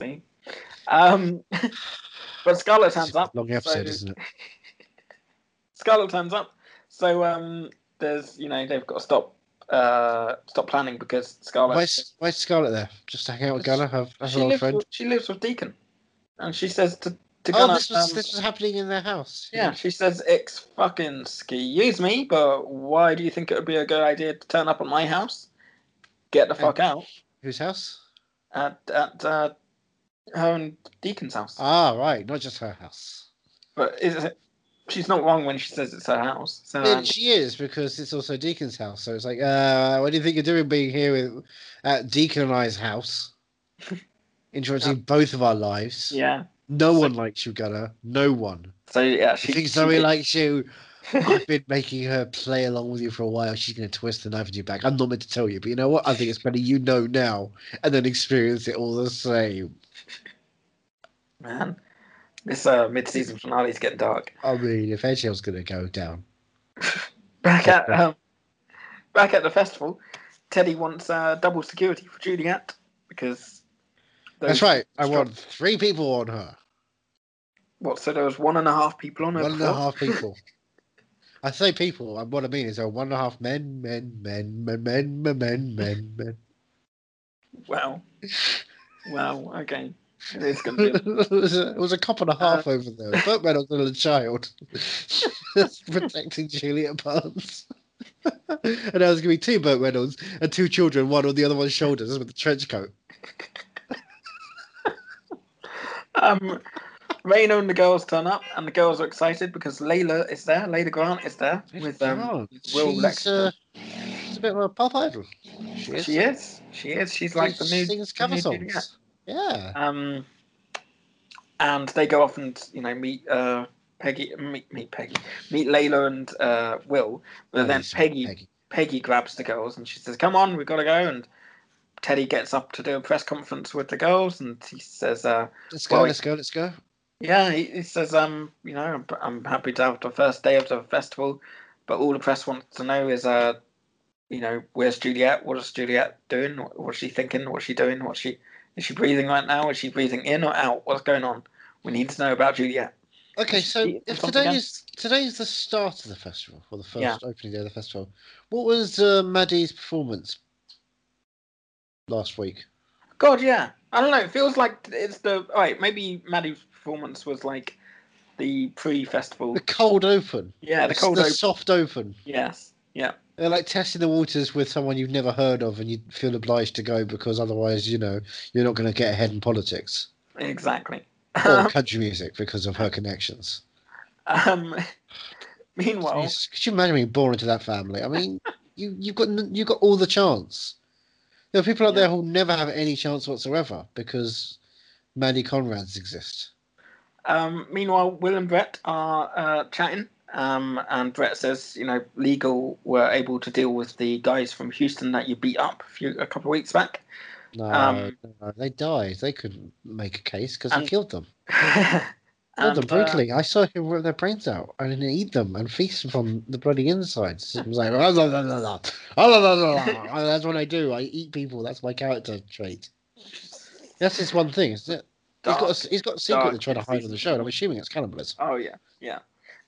See. Um, <laughs> but Scarlet turns up. Long episode, so- isn't it? Scarlet turns up. So um, there's you know they've got to stop uh stop planning because Scarlet. Why is, why is Scarlet there? Just to hang out with Because Gunner, have, have she an old lives, friend. with, she lives with Deacon, and she says to to oh, Gunnar, this was um, this was happening in their house. yeah, she says ex fucking excuse me, but why do you think it would be a good idea to turn up at my house? Get the fuck out Whose house? at at uh, her and Deacon's house. Ah, right, not just her house. but is it, she's not wrong when she says it's her house. So Yeah, um, she is because it's also Deacon's house. So it's like, uh, what do you think you're doing being here with, at Deacon and I's <laughs> house, interrupting both of our lives? yeah. No one likes you, Gunner. No <laughs> one. So yeah, She she thinks she Zoe did- likes you. <laughs> I've been making her play along with you for a while. She's going to twist the knife in your back. I'm not meant to tell you, but you know what? I think it's better you know now and then experience it all the same. man. This uh, mid-season finale's getting dark. I mean, if Edge Hill's going to go down, Back <laughs> at um, back at the festival, Teddy wants uh, double security for Juliet because that's right. I want three people on her. What? So there was one and a half people on her. One and a before? half people. I say people. and What I mean is, there are one and a half men, men, men, men, men, men, men, men, <laughs> men. Wow. Wow. Okay. It's gonna be. it was a- it was a cop and a half over there. A footman on the little child <laughs> protecting Juliet Barnes. <laughs> and there was going to be two Burt Reynolds and two children, one on the other one's shoulders with a trench coat. <laughs> Um, Reno and the girls turn up, and the girls are excited because Layla is there. Layla Grant is there with um, Oh, Will she's, uh, Lexington. she's a bit of a pop idol. She is. She is. She is. She's like the She new. sings the new cover Juliet. songs. Yeah. Um, and they go off and you know meet uh, Peggy, meet, meet Peggy, meet Layla and uh, Will. But then Nice. Peggy, Peggy grabs the girls and she says, "Come on, we've got to go." And Teddy gets up to do a press conference with the girls, and he says, uh, Let's go, Well, let's go, let's go. Yeah, he, he says, um, you know, I'm, I'm happy to have the first day of the festival, but all the press wants to know is, uh, you know, where's Juliet? What is Juliet doing? What, what's she thinking? What's she doing? What's she? Is she breathing right now? Is she breathing in or out? What's going on? We need to know about Juliet. Okay, Let's so see if if I'm today again. is today is the start of the festival, or the first Yeah. opening day of the festival, what was uh, Maddie's performance last week? God, yeah. I don't know. It feels like it's the. All right, maybe Maddie's performance was like the pre-festival. The cold open, Yeah, the It's cold the open. soft open. Yes. Yeah. They're like testing the waters with someone you've never heard of, and you feel obliged to go because otherwise, you know, you're not going to get ahead in politics Exactly. or <laughs> country music because of her connections. um. Meanwhile, Jesus, could you imagine being born into that family? <laughs> I mean, you you've got n- you've got all the chance. There are people out there who'll never have any chance whatsoever because Mandy Conrads exist. Um, meanwhile, Will and Brett are uh, chatting, um, and Brett says, "You know, legal were able to deal with the guys from Houston that you beat up a, few, a couple of weeks back." <laughs> No, Um, no, they died. They couldn't make a case because I And- killed them. Killed and, them brutally. I saw him rip their brains out and then eat them and feast them from the bloody insides. It was like, <laughs> "Ah, la, la, la, la. Ah, la, la, la, <laughs> la." that's what I do. I eat people. That's my character trait. That's his one thing, isn't it? uh, he's got a, he's got a secret dark they're trying to hide on the diseases. show, and I'm assuming it's cannibalism. oh yeah, yeah.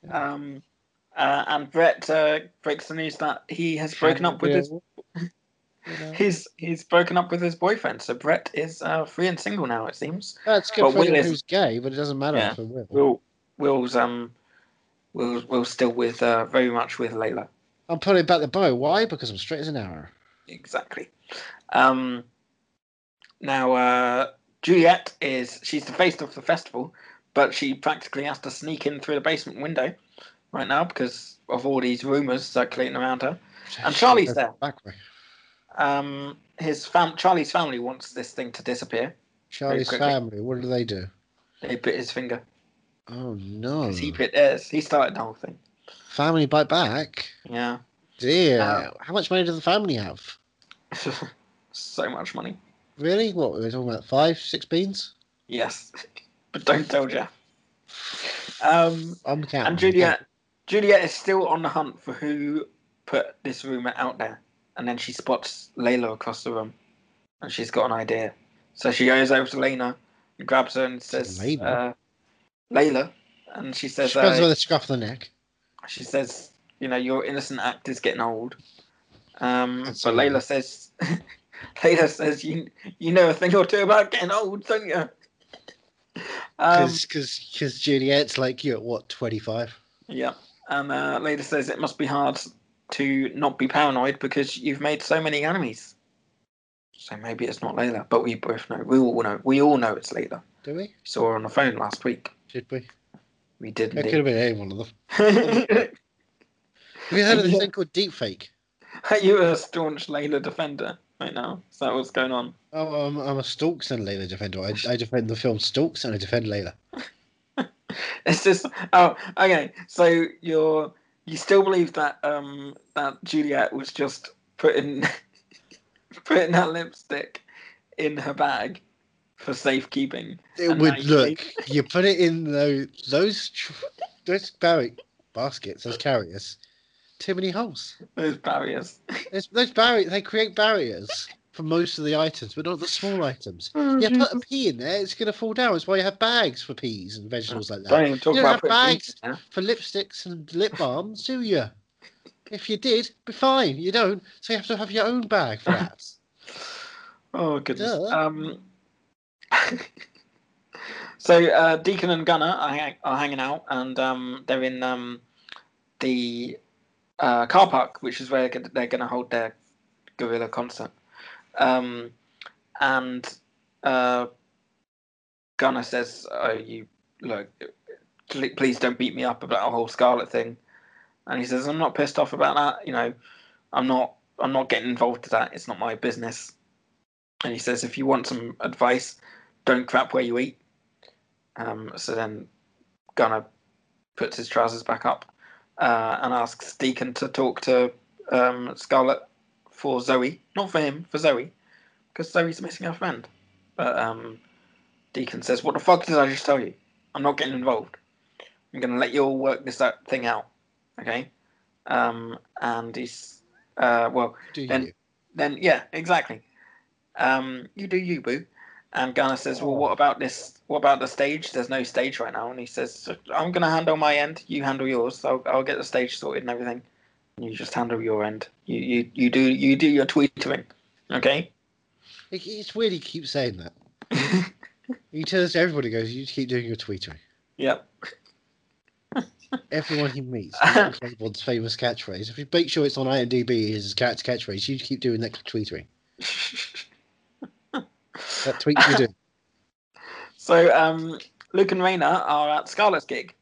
Yeah. Um, uh, and Brett uh, breaks the news that he has broken up with his he's he's broken up with his boyfriend. So Brett is uh, free and single now, it seems. That's good But for Will anyone is- who's gay, but it doesn't matter Yeah. for Will. Will Will's um Will Will's still with uh, very much with Layla. I'm putting back the bow. Why? Because I'm straight as an arrow. Exactly. Um, now, uh, Juliet is she's the face of the festival, but she practically has to sneak in through the basement window right now because of all these rumors circulating around her. And Charlie's there. Back way. Um, his fam- Charlie's family wants this thing to disappear. Charlie's quickly. family. What do they do? They bit his finger. Oh no! 'Cause He bit theirs. He started the whole thing. Family bite back. Yeah, <laughs> Dear, Uh, how much money does the family have? so much money. Really? What we're talking about? Five, six beans? Yes, <laughs> but don't tell Jeff. Um, I'm counting. And Juliet, Juliet is still on the hunt for who put this rumor out there. And then she spots Layla across the room, and she's got an idea. So she goes over to Layla, and grabs her and says, Layla? Layla, uh, Layla and she says, She grabs her uh, with a scruff of the neck. she says, you know, your innocent act is getting old. Um, That's but all right. Layla says, <laughs> Layla says, you you know a thing or two about getting old, don't you? Um, Because because Juliet's like you at what twenty five? Yeah. And uh, Leda says it must be hard to not be paranoid because you've made so many enemies. So maybe it's not Layla, but we both know. We all know. We all know it's Layla. Do we? Saw her on the phone last week. Did we? We did It could have indeed. been any one of them. <laughs> Have you heard of this Yeah. thing called deepfake? Are you a staunch Layla defender right now? Is that what's going on? Oh, I'm, I'm a Stalks and Layla defender. I, I defend the film Stalks and I defend Layla. <laughs> It's just oh okay. So you're you still believe that um that Juliet was <laughs> just putting putting that lipstick in her bag for safekeeping. It And now would you look. You put it in those those tr- those barri- baskets, those carriers. Too many holes. those barriers. Those, those barriers. They create barriers for most of the items, but not the small items. Yeah, Mm-hmm. put a pea in there. It's gonna fall down. It's why you have bags for peas and vegetables like that. Don't even talk You about don't putting have things in there. For lipsticks and lip balms, do you? If you did, be fine. You don't, so you have to have your own bag for that. Oh goodness. Duh. Um. <laughs> so uh, Deacon and Gunner are, hang- are hanging out, and um, they're in um, the uh, car park, which is where they're gonna- they're going to hold their gorilla concert. Um, and uh, Gunner says, "Oh, you look, pl- please don't beat me up about the whole Scarlet thing." And he says, "I'm not pissed off about that. You know, I'm not. I'm not getting involved with that. It's not my business." and he says if you want some advice don't crap where you eat um, so then gunnar puts his trousers back up uh, and asks deacon to talk to um, scarlett for zoe not for him for zoe because zoe's missing her friend but um, deacon says what the fuck did i just tell you i'm not getting involved i'm going to let you all work this out- thing out okay um, and he's uh, well Do you? And- then yeah, exactly. Um, you do you, boo. And Gunnar says, "Well, what about this? What about the stage? There's no stage right now." And he says, "I'm gonna handle my end. You handle yours. I'll, I'll get the stage sorted and everything. And you just handle your end. You you you do you do your tweeting, okay?" It- it's weird he keeps saying that. He tells everybody, he goes, you keep doing your tweeting. yep. <laughs> Everyone he meets, that's Claiborne's famous catchphrase. If you make sure it's on IMDb, is his catch catchphrase. You keep doing that tweeting. That tweet <laughs> you do. so um, Luke and Raina are at Scarlett's gig.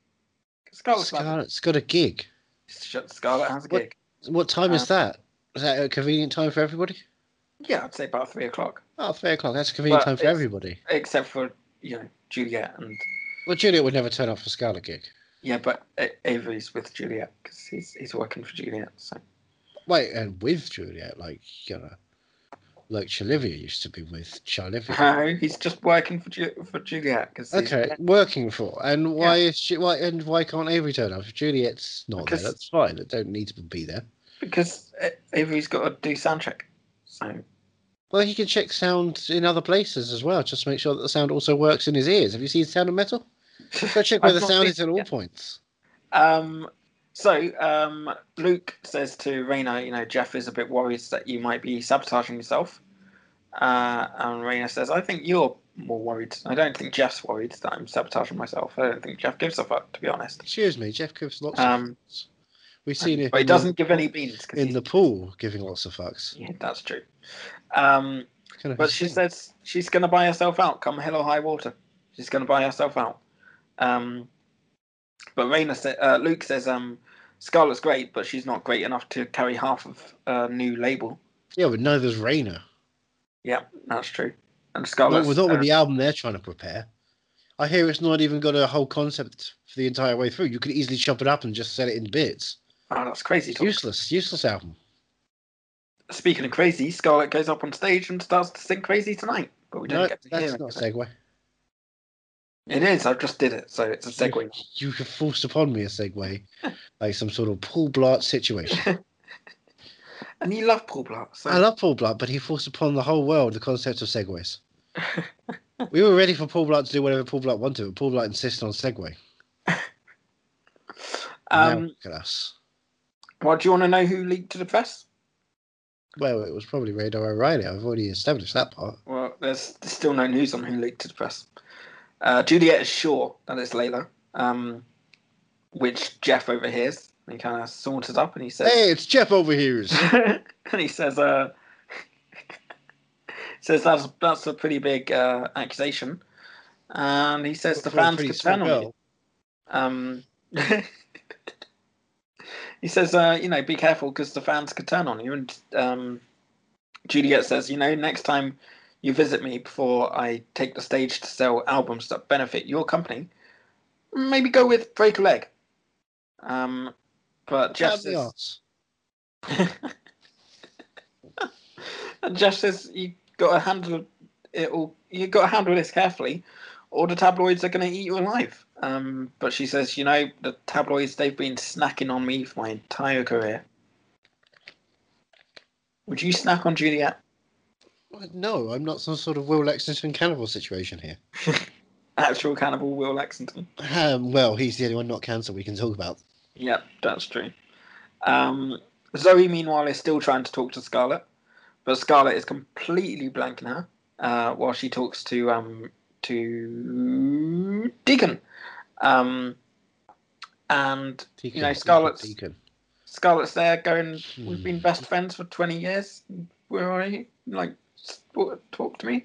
Scarlett's Scarlet. Scarlett's got a gig. Scarlett has a What- gig. What time Um, is that? Is that a convenient time for everybody? Yeah, I'd say about three o'clock, Oh, three o'clock. That's a convenient Well, time for it's- everybody. except for you know Juliet and Well, Juliet would never turn up for Scarlet gig. Yeah, but A- Avery's with Juliet because he's he's working for Juliet. So Wait, and with Juliet, like, you know, like Olivia used to be with Charlivia. no, he's just working for Ju- for Juliet because Okay, working for. And why is she, why and why can't Avery turn up? If Juliet's not Because- there, that's fine. It don't need to be there. because A- Avery's got to do sound check. So Well, he can check sound in other places as well, just to make sure that the sound also works in his ears. Have you seen Sound of Metal? <laughs> Go check where I've the not sound seen is at it all yet. points. Um, so um, Luke says to Raina, you know, Jeff is a bit worried that you might be sabotaging yourself. Uh, and Raina says, I think you're more worried. I don't think Jeff's worried that I'm sabotaging myself. I don't think Jeff gives a fuck, to be honest. Excuse me, Jeff gives lots of Um, fucks. We've seen it but he in the- doesn't give any beans. 'cause in he's- the pool giving lots of fucks. yeah, that's true. Um, Kind of But his she thing. says she's going to buy herself out, come hell or high water. She's going to buy herself out. Um, but Raina sa- uh, Luke says um, Scarlett's great, but she's not great enough to carry half of a new label. Yeah, but neither's Raina. Yeah, that's true. And Not, Scarlett's with- not with uh, the album they're trying to prepare. I hear it's not even got a whole concept for the entire way through. You could easily chop it up and just sell it in bits. oh, that's crazy. It's Talk. useless, useless album. Speaking of crazy, Scarlett goes up on stage and starts to sing crazy tonight. But we don't No, get to hear that's it. not a segue. It is. I just did it, so it's a segue. You have forced upon me a <laughs> segue, like some sort of Paul Blart situation. and you love Paul Blart. So. I love Paul Blart, but he forced upon the whole world the concept <laughs> of segues. we were ready for Paul Blart to do whatever Paul Blart wanted, but Paul Blart insisted on segue. now um, look at us. well, do you want to know who leaked to the press? Well, it was probably Radar O'Reilly. I've already established that part. Well, there's still no news on who leaked to the press. Uh, Juliet is sure that it's Layla, um, which Jeff overhears and he kind of saunters up and he says, <laughs> Hey, it's Jeff over here. and he says, uh, <laughs> says that's that's a pretty big uh, accusation, and he says the For a fans pretty could small turn on girl. you. Um, <laughs> he says, uh, you know, be careful because the fans could turn on you. And um, Juliet says, you know, next time you visit me before I take the stage to sell albums that benefit your company, maybe go with Break a Leg. Um, but Jeff Grab the says, arse. and Jeff says, you got to handle it'll you've got to handle this carefully, or the tabloids are going to eat you alive. Um, but she says, you know, the tabloids they've been snacking on me for my entire career. Would you snack on Juliet? No, I'm not some sort of Will Lexington cannibal situation here. Actual cannibal Will Lexington. Um, well, he's the only one not cancer we can talk about. Yep, that's true. Um, Zoe, meanwhile, is still trying to talk to Scarlett, but Scarlett is completely blanking her uh, while she talks to um, to Deacon. Um, and Deacon, You know, Deacon, Scarlett's- Deacon. Scarlett's there going, We've been Hmm. best friends for 20 years. Where are you? Like, s- w- talk to me.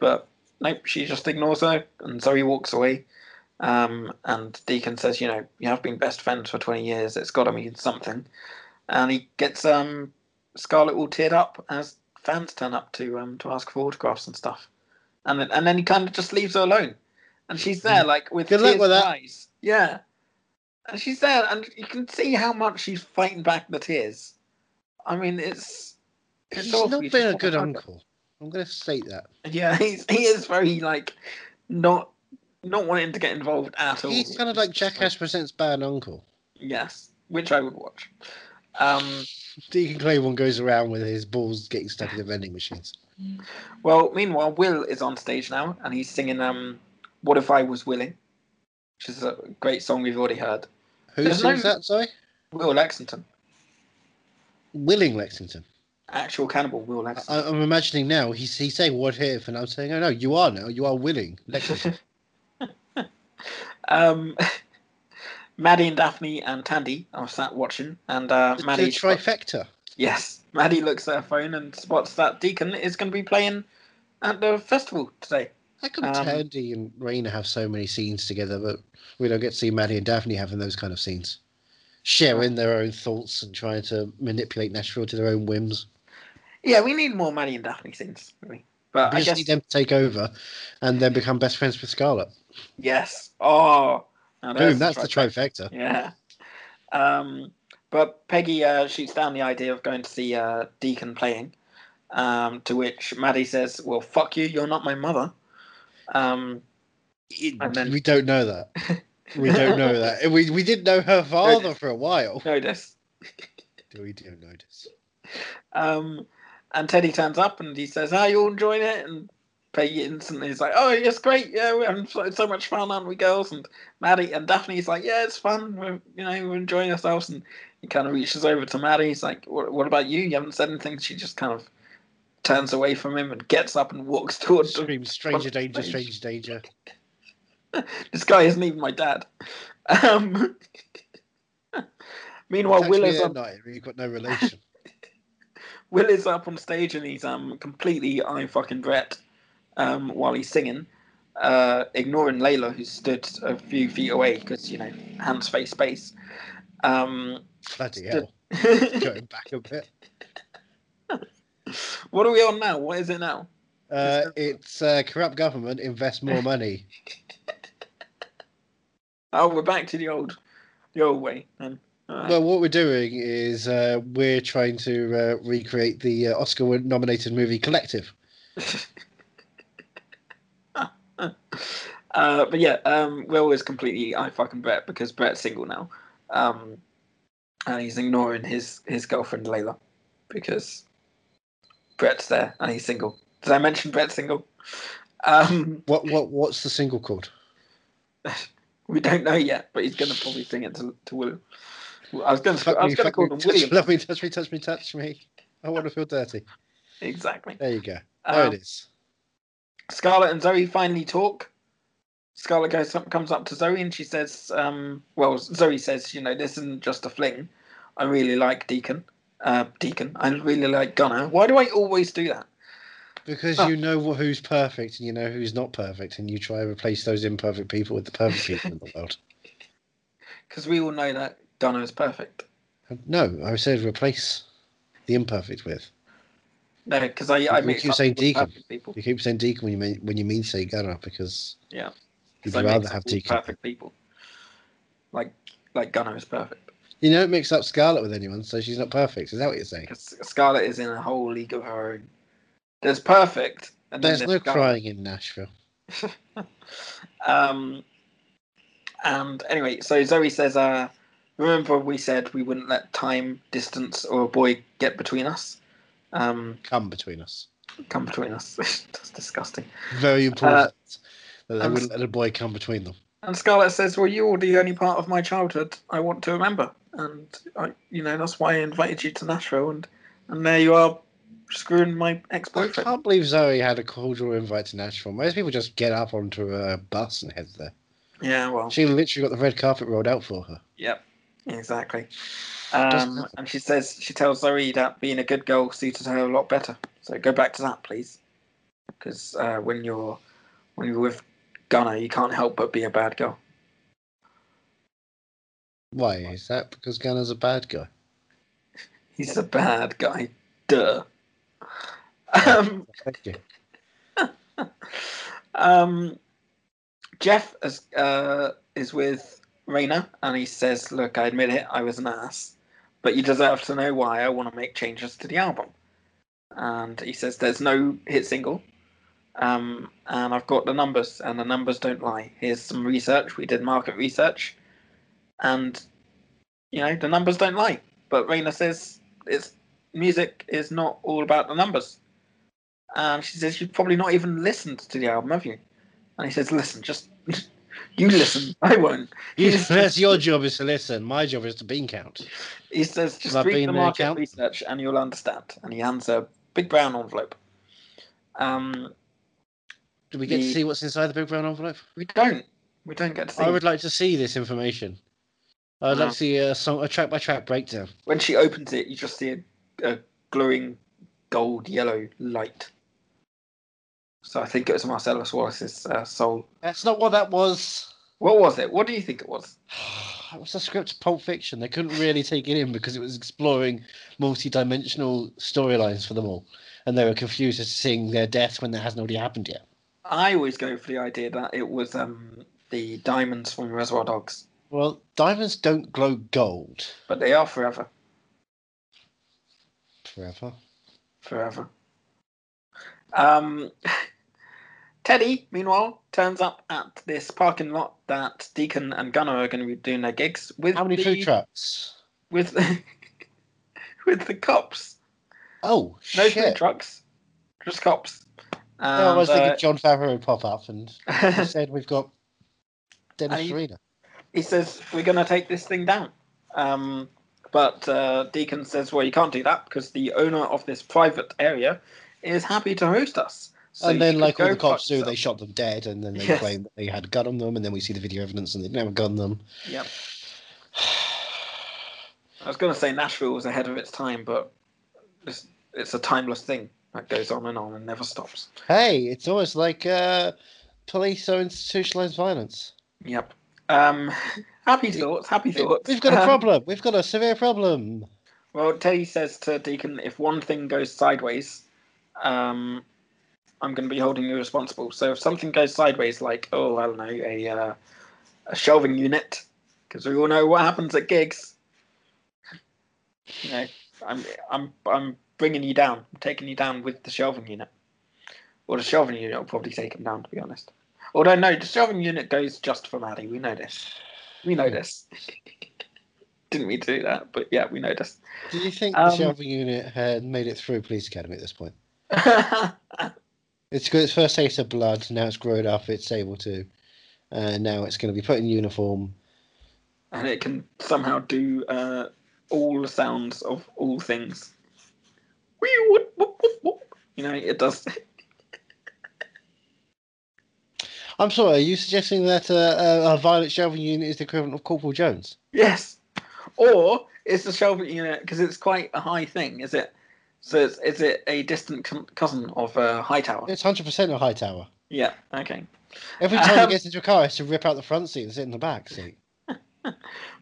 But nope, she just ignores her, and Zoe walks away. Um, and Deacon says, You know, you have been best friends for 20 years. It's got to mean something. And he gets um, Scarlett all teared up as fans turn up to um, to ask for autographs and stuff. And then, and then he kind of just leaves her alone. And she's there, like, with Mm. Good luck tears with in her that. eyes. Yeah. And she's there, and you can see how much she's fighting back the tears. I mean, it's. it's He's awful. not You been just a good wanna hug uncle. I'm going to state that. her. Yeah, <laughs> he's, he is very, like, not not wanting to get involved at all. He's kind of like Jackass Presents Bad Uncle. Yes, which I would watch. Um, Deacon Claiborne goes around with his balls getting stuck in the vending machines. well, meanwhile, Will is on stage now, and he's singing um, What If I Was Willing, which is a great song we've already heard. Who There's sings no- that, sorry? Will Lexington, Willing Lexington. actual cannibal Will Lexington. I, I'm imagining now he's, he's saying, What if? And I'm saying, Oh no, you are now. You <laughs> are willing Lexington. Um, <laughs> Maddie and Daphne and Tandy are sat watching, and uh, The- the Maddie. trifecta. yes, Maddie looks at her phone and spots that Deacon is going to be playing at the festival today. How come Um, Tandy and Raina have so many scenes together, but we don't get to see Maddie and Daphne having those kind of scenes? Sharing their own thoughts and trying to manipulate Nashville to their own whims. Yeah, we need more Maddie and Daphne scenes, really. We But I just guess need them to take over and then become best friends with Scarlet. yes. Oh, now there's Boom, that's the trifecta. Yeah. Um, but Peggy uh, shoots down the idea of going to see uh, Deacon playing. Um, to which Maddie says, "Well, fuck you. You're not my mother." Um, and then we don't know that. <laughs> We don't know that. We, we didn't know her father for a while. notice Do we do notice? Um, and Teddy turns up and he says, "Are you all enjoying it?" And Peggy instantly is like, "Oh, it's great! Yeah, we're having so, so much fun, aren't we, girls?" And Maddie and Daphne's like, "Yeah, it's fun. We're you know we're enjoying ourselves." And he kind of reaches over to Maddie. He's like, "What, what about you? You haven't said anything." She just kind of turns away from him and gets up and walks <laughs> towards him. Scream, stranger danger, stranger danger. This guy isn't even my dad. <laughs> Um, <laughs> meanwhile, It's Will actually is their on night. You've got no relation. Will is up on stage and he's um completely I fucking Brett um while he's singing, uh ignoring Layla who stood a few feet away because you know hands face space. Um, <laughs> Bloody hell. Going back a bit. what are we on now? What is it now? Uh, it's uh, corrupt government invest more money. Oh, we're back to the old, the old way. Then. Alright. Well, what we're doing is uh, we're trying to uh, recreate the uh, Oscar-nominated movie Collective. Uh, but yeah, um, Will is completely I fucking Brett because Brett's single now, um, and he's ignoring his his girlfriend Layla because Brett's there and he's single. Did I mention Brett's single? Um, <laughs> What what what's the single called? we don't know yet, but he's gonna probably sing it to to Will. I was gonna Fuck I me, was gonna fuck me, call him touch, William. <laughs> love me, touch me, touch me, touch me. I want to feel dirty. Exactly. There you go. There Um, it is. Scarlett and Zoe finally talk. Scarlett goes up, comes up to Zoe and she says, um, "Well, Zoe says, you know, this isn't just a fling. I really like Deacon. Uh, Deacon, I really like Gunner. Why do I always do that? Because oh. you know wh- who's perfect and you know who's not perfect, and you try to replace those imperfect people with the perfect people in the world. Because we all know that Gunner is perfect. No, I said replace the imperfect with. No, because I, I You mix keep up saying all the Deacon. perfect people. You keep saying Deacon when you mean when you mean say Gunner because Yeah, 'Cause you'd I mix rather up have all the Deacon. perfect people. Like, like Gunner is perfect. You don't mix up Scarlet with anyone, so she's not perfect. Is that what you're saying? Because Scarlett is in a whole league of her own. There's perfect, And then There's this no guy- crying in Nashville. Um, and anyway, so Zoe says, uh, "Remember, we said we wouldn't let time, distance, or a boy get between us. Um, Come between us. come between us. <laughs> That's disgusting." Very important that they Uh, I'm wouldn't let a boy come between them. And Scarlett says, "Well, you're the only part of my childhood I want to remember, and I, you know that's why I invited you to Nashville, and and there you are, screwing my I ex-boyfriend." can't believe Zoe had a cordial invite to Nashville. Most people just get up onto a bus and head there. Yeah, well, She literally got the red carpet rolled out for her. Yep, exactly. Doesn't Um, happen. and she says she tells Zoe that being a good girl suited her a lot better. So go back to that, please, because uh, when you're when you're with Gunner, you can't help but be a bad girl. Why is that? Because Gunner's a bad guy. He's a bad guy. Duh. <laughs> Um, Thank you. um, Jeff is uh, is with Raina, and he says, "Look, I admit it, I was an ass, but you deserve to know why I want to make changes to the album." And he says, "There's no hit single, um, and I've got the numbers, and the numbers don't lie. Here's some research. We did market research, and you know the numbers don't lie." But Raina says, "It's music is not all about the numbers." And Um, she says, You've probably not even listened to the album, have you? And he says, Listen, just <laughs> you listen, I won't. You- That's your job is to listen. My job is to bean count. He says, Just Shall I read bring the the market account? research and you'll understand. And he hands her a big brown envelope. Um, Do we get to The- see what's inside the big brown envelope? we don't, we don't get to see. I would like to see this information. I would Wow. like to see a song, a track by track breakdown. When she opens it, you just see a, a glowing gold yellow light. So I think it was Marcellus Wallace's uh, soul. That's not what that was. What was it? What do you think it was? <sighs> It was a script to Pulp Fiction. They couldn't really take it in because it was exploring multi-dimensional storylines for them all, and they were confused as to seeing their death when that hasn't already happened yet. I always go for the idea that it was um, the diamonds from Reservoir Dogs. Well, diamonds don't glow gold But they are forever. forever. Forever. Um, <laughs> Teddy, meanwhile, turns up at this parking lot that Deacon and Gunner are going to be doing their gigs with. How many the, food trucks? With <laughs> the, with the cops. Oh No food shit! trucks, just cops. And, No, I was uh, thinking John Favreau would pop up, <laughs> and instead we've got Dennis Are you- Farina. he says we're going to take this thing down um, but uh, deacon says well you can't do that because the owner of this private area is happy to host us So and then, you like can all go the fuck cops do, they yourself. shot them dead, and then they Yes. claim that they had a gun on them, and then we see the video evidence, and they didn't have a gun on them. Yep. i was going to say nashville was ahead of its time but it's, it's a timeless thing that goes on and on and never stops Hey, it's almost like uh, police or institutionalized violence. yep um, <laughs> happy thoughts happy We- thoughts We've got a Um, problem. We've got a severe problem. Well, Teddy says to Deacon, if one thing goes sideways, um, I'm going to be holding you responsible. So if something goes sideways, like oh, I don't know, a uh, a shelving unit, because we all know what happens at gigs. You know, I'm I'm I'm bringing you down. I'm taking you down with the shelving unit. Or the shelving unit will probably take him down, to be honest. Although no, the shelving unit goes just for Maddie. We know this. We know this. <laughs> Didn't mean to do that, but yeah, we know this. Do you think Um, the shelving unit had made it through police academy at this point? <laughs> yeah, It's got its first taste of blood. Now it's grown up. It's able to, and now it's going to be put in uniform. and it can somehow do uh, all the sounds of all things. Wee, whoop, whoop, whoop, whoop. You know, it does. <laughs> I'm sorry. Are you suggesting that uh, a, a violet shelving unit is the equivalent of Corporal Jones? yes, or it's the shelving unit because it's quite a high thing, is it? So it's, is it a distant com- cousin of uh, Hightower? It's 100% a high tower. Yeah. Okay. Every time Um, it gets into a car, it has to rip out the front seat and sit in the back seat.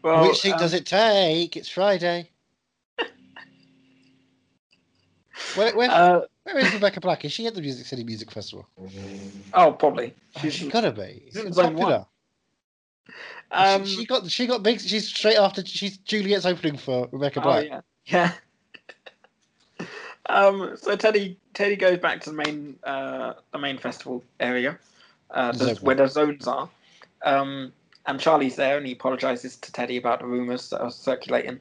Well, Which seat um, does it take? It's Friday. where, where, Uh, where is Rebecca Black? Is she at the Music City Music Festival? oh, probably. She's She's, gotta be. It's she's in zone popular. um, she, she got she got big. She's straight after. She's Juliet's opening for Rebecca oh, Black. <laughs> yeah. <laughs> Yeah. Um, so Teddy Teddy goes back to the main uh, the main festival area, uh, the- Zone. where the zones are, um, and Charlie's there, and he apologizes to Teddy about the rumors that are circulating.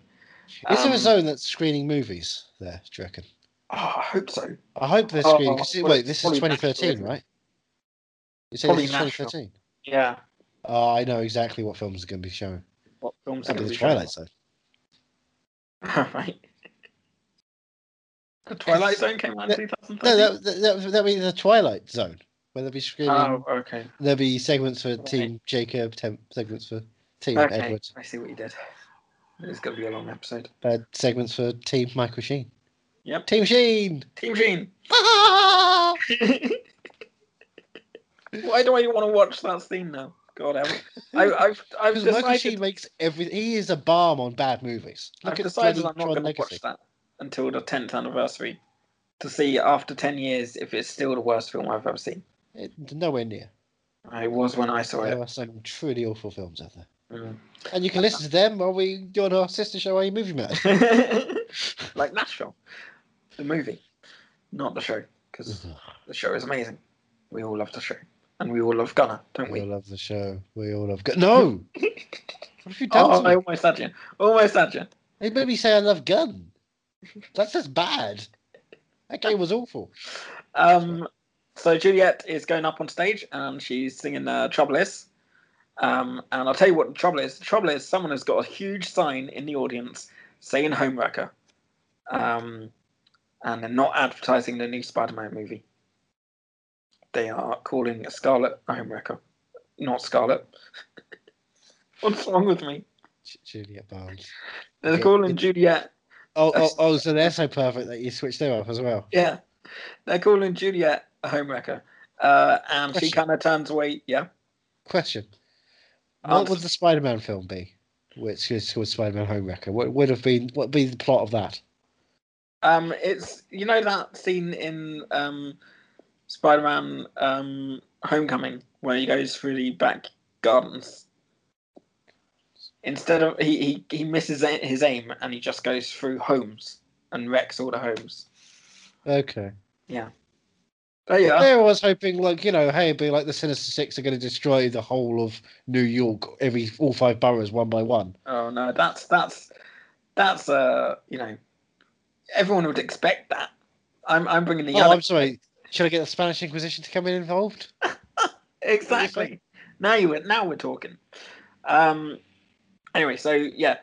Is there Um, a zone that's screening movies there? Do you reckon? Oh, I hope so. I hope they're Oh, screening. 'cause it- well, wait, this is probably 2013, national, right? You say Probably this is national. 2013. Yeah, Oh, I know exactly what films are going to be showing. what films are That'll be the we Twilight Zone. showing? <laughs> right. The Twilight Zone came out in No, 2013. that that that that'll be the Twilight Zone where they'll be screening. oh, okay. There'll be segments for Right. Team Jacob, tem- segments for Team Okay, Edward, I see what you did. It's going to be a long episode. uh, segments for Team Michael Sheen. Yep. <laughs> Team Sheen. Team Sheen. Ah! Why <laughs> do I want to watch that scene now? God, <laughs> I've, I- I've, I've Because Michael decided, Sheen makes every. He is a balm on bad movies. I've Look at decided bloody I'm not Tron going to Legacy. watch that until the 10th anniversary to see after 10 years if it's still the worst film I've ever seen. It, nowhere near. It was when I saw it. There are some truly awful films out there, Mm. and you can listen to them while we do on our sister show, A <laughs> Movie Matter. Mm. like Nashville, the movie, not the show, Mm. because the show is amazing. We all love the show, and we all love Gunnar, don't we all we? love the show. We all <laughs> love. Go- no. what have you done? Oh, to I me? almost had you. Almost had you. They made me say I love gun. That's just bad. That game was awful. Um, so Juliet is going up on stage and she's singing uh, "Trouble Is," um, and I'll tell you what the trouble is. The trouble is someone has got a huge sign in the audience saying "Homewrecker," um, and they're not advertising the new Spider-Man movie. They are calling Scarlet a homewrecker, not Scarlet. <laughs> What's wrong with me? Ju- Juliet Barnes. They're Yeah, calling it- Juliet Oh, oh, That's- oh, so they're so perfect that you switched them up as well. Yeah, they're calling Juliet a homewrecker, uh, and she Question. kind of turns away. Yeah, Question. What Answer. would the Spider Man film be? Which is called Spider Man Homewrecker. What would have been what would be the plot of that? um, it's you know that scene in um, Spider-Man um, Homecoming where he goes through the back gardens. Instead of he he, he misses a- his aim and he just goes through homes and wrecks all the homes. Okay. There you are. There I was hoping like, you know, hey, it'd be like the Sinister Six are gonna destroy the whole of New York, every all five boroughs one by one. Oh no, that's that's that's uh you know everyone would expect that. I'm I'm bringing the Oh, other I'm sorry. Should I get the Spanish Inquisition to come in involved? Exactly. Now you now we're talking. Um anyway, so yeah.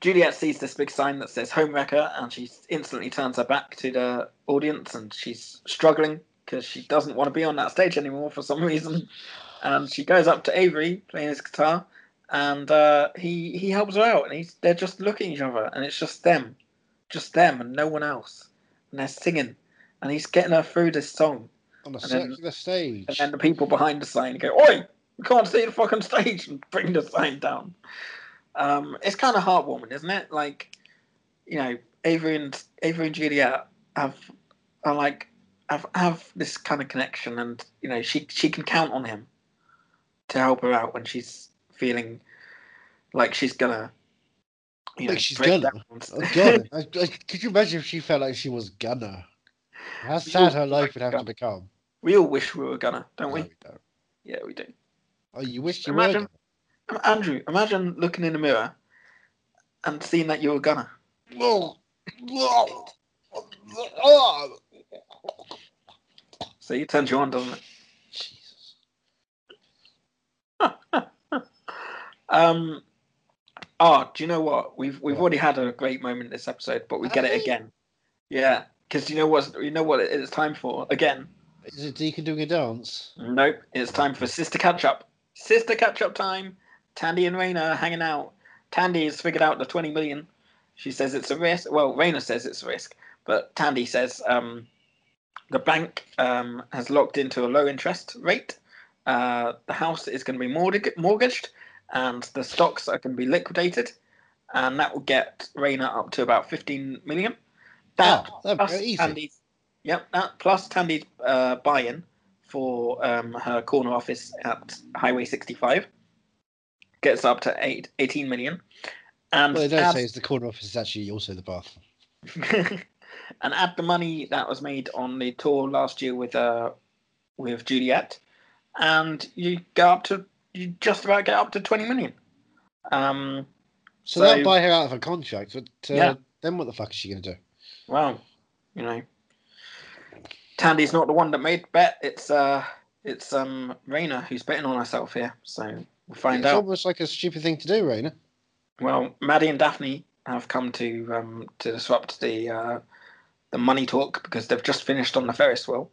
Juliet sees this big sign that says Homewrecker and she instantly turns her back to the audience and she's struggling because she doesn't want to be on that stage anymore for some reason. And she goes up to Avery playing his guitar and uh, he he helps her out and he's they're just looking at each other and it's just them. Just them and no one else. And they're singing and he's getting her through this song. On a And then- circular stage. And then the people behind the sign go, Oi, we can't see the fucking stage and bring the sign down. Um, it's kind of heartwarming, isn't it? Like, you know, Avery and Avery and Juliet have are like have have this kind of connection and you know, she she can count on him to help her out when she's feeling like she's gonna you know, Like she's break gonna. down. Oh, God, I, I, could you imagine if she felt like she was gonna? How sad her life would have to become. <laughs> we all wish we were gonna, don't No, we? we don't. Yeah, we do. Oh, you wish you Imagine- were. Um, Andrew, imagine looking in the mirror and seeing that you were gonna. gonna. Oh, So it turns you on, doesn't it? Jesus. <laughs> Um, oh, do you know what? We've we've What? already had a great moment this episode, but we Have get it we? again. Yeah, because you know what? You know what? it- It's time for again. Is it Deacon doing a dance? Nope, it's time for sister catch up. Sister catch up time. Tandy and Raina are hanging out. Tandy has figured out the twenty million. She says it's a risk. Well, Raina says it's a risk, but Tandy says um, the bank um, has locked into a low interest rate. Uh, the house is going to be mortg- mortgaged, and the stocks are going to be liquidated, and that will get Raina up to about fifteen million. That Oh, that'd be plus very easy. Tandy's, yep, that plus Tandy's uh, buy-in for um, her corner office at Highway 65 gets up to eight, 18 million. And Well, they don't adds- <laughs> say it's the corner office, it's actually also the bathroom. and add the money that was made on the tour last year with uh with Juliet, and you go up to you just about get up to twenty million. Um, So, So- that'll buy her out of her contract, but uh, Yeah. then what the fuck is she going to do? well, you know, Tandy's not the one that made the bet. It's uh, it's um Raina who's betting on herself here. So we'll find it's out. almost like a stupid thing to do, Raina. Well, Maddie and Daphne have come to um, to disrupt the uh, the money talk because they've just finished on the Ferris wheel,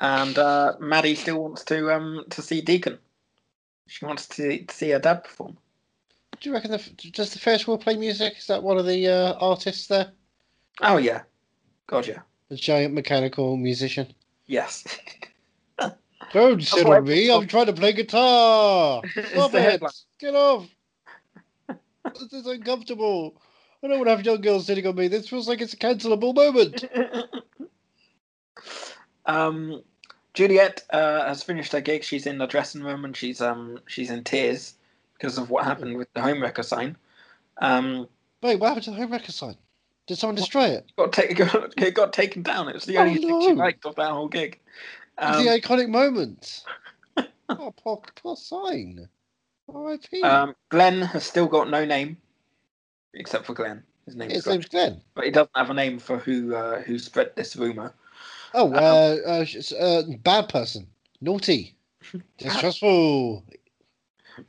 and uh, Maddie still wants to um, to see Deacon. She wants to, to see her dad perform. Do you reckon the, does the first world play music? Is that one of the uh, artists there? Oh yeah, God yeah, The giant mechanical musician. yes. <laughs> Don't sit why- on me. I'm trying to play guitar. Stop the it. headline. Get off. this is uncomfortable. I don't want to have young girls sitting on me. This feels like it's a cancelable moment. <laughs> um, Juliet uh, has finished her gig. She's in the dressing room and she's um she's in tears because of what happened with the homewrecker sign. Um, Wait, what happened to the home record sign? Did someone destroy it? got take, <laughs> got, it got taken down. It was the Oh, only thing she no. liked of that whole gig. It's Um, the <laughs> iconic moment. oh, poor, poor sign. R.I.P. um, Glenn has still got no name, except for Glenn. His name is His Glenn, name's Glenn. but he doesn't have a name for who uh, who spread this rumor. Um, Oh, uh, uh, sh- uh, bad person. <laughs> Naughty. Distrustful.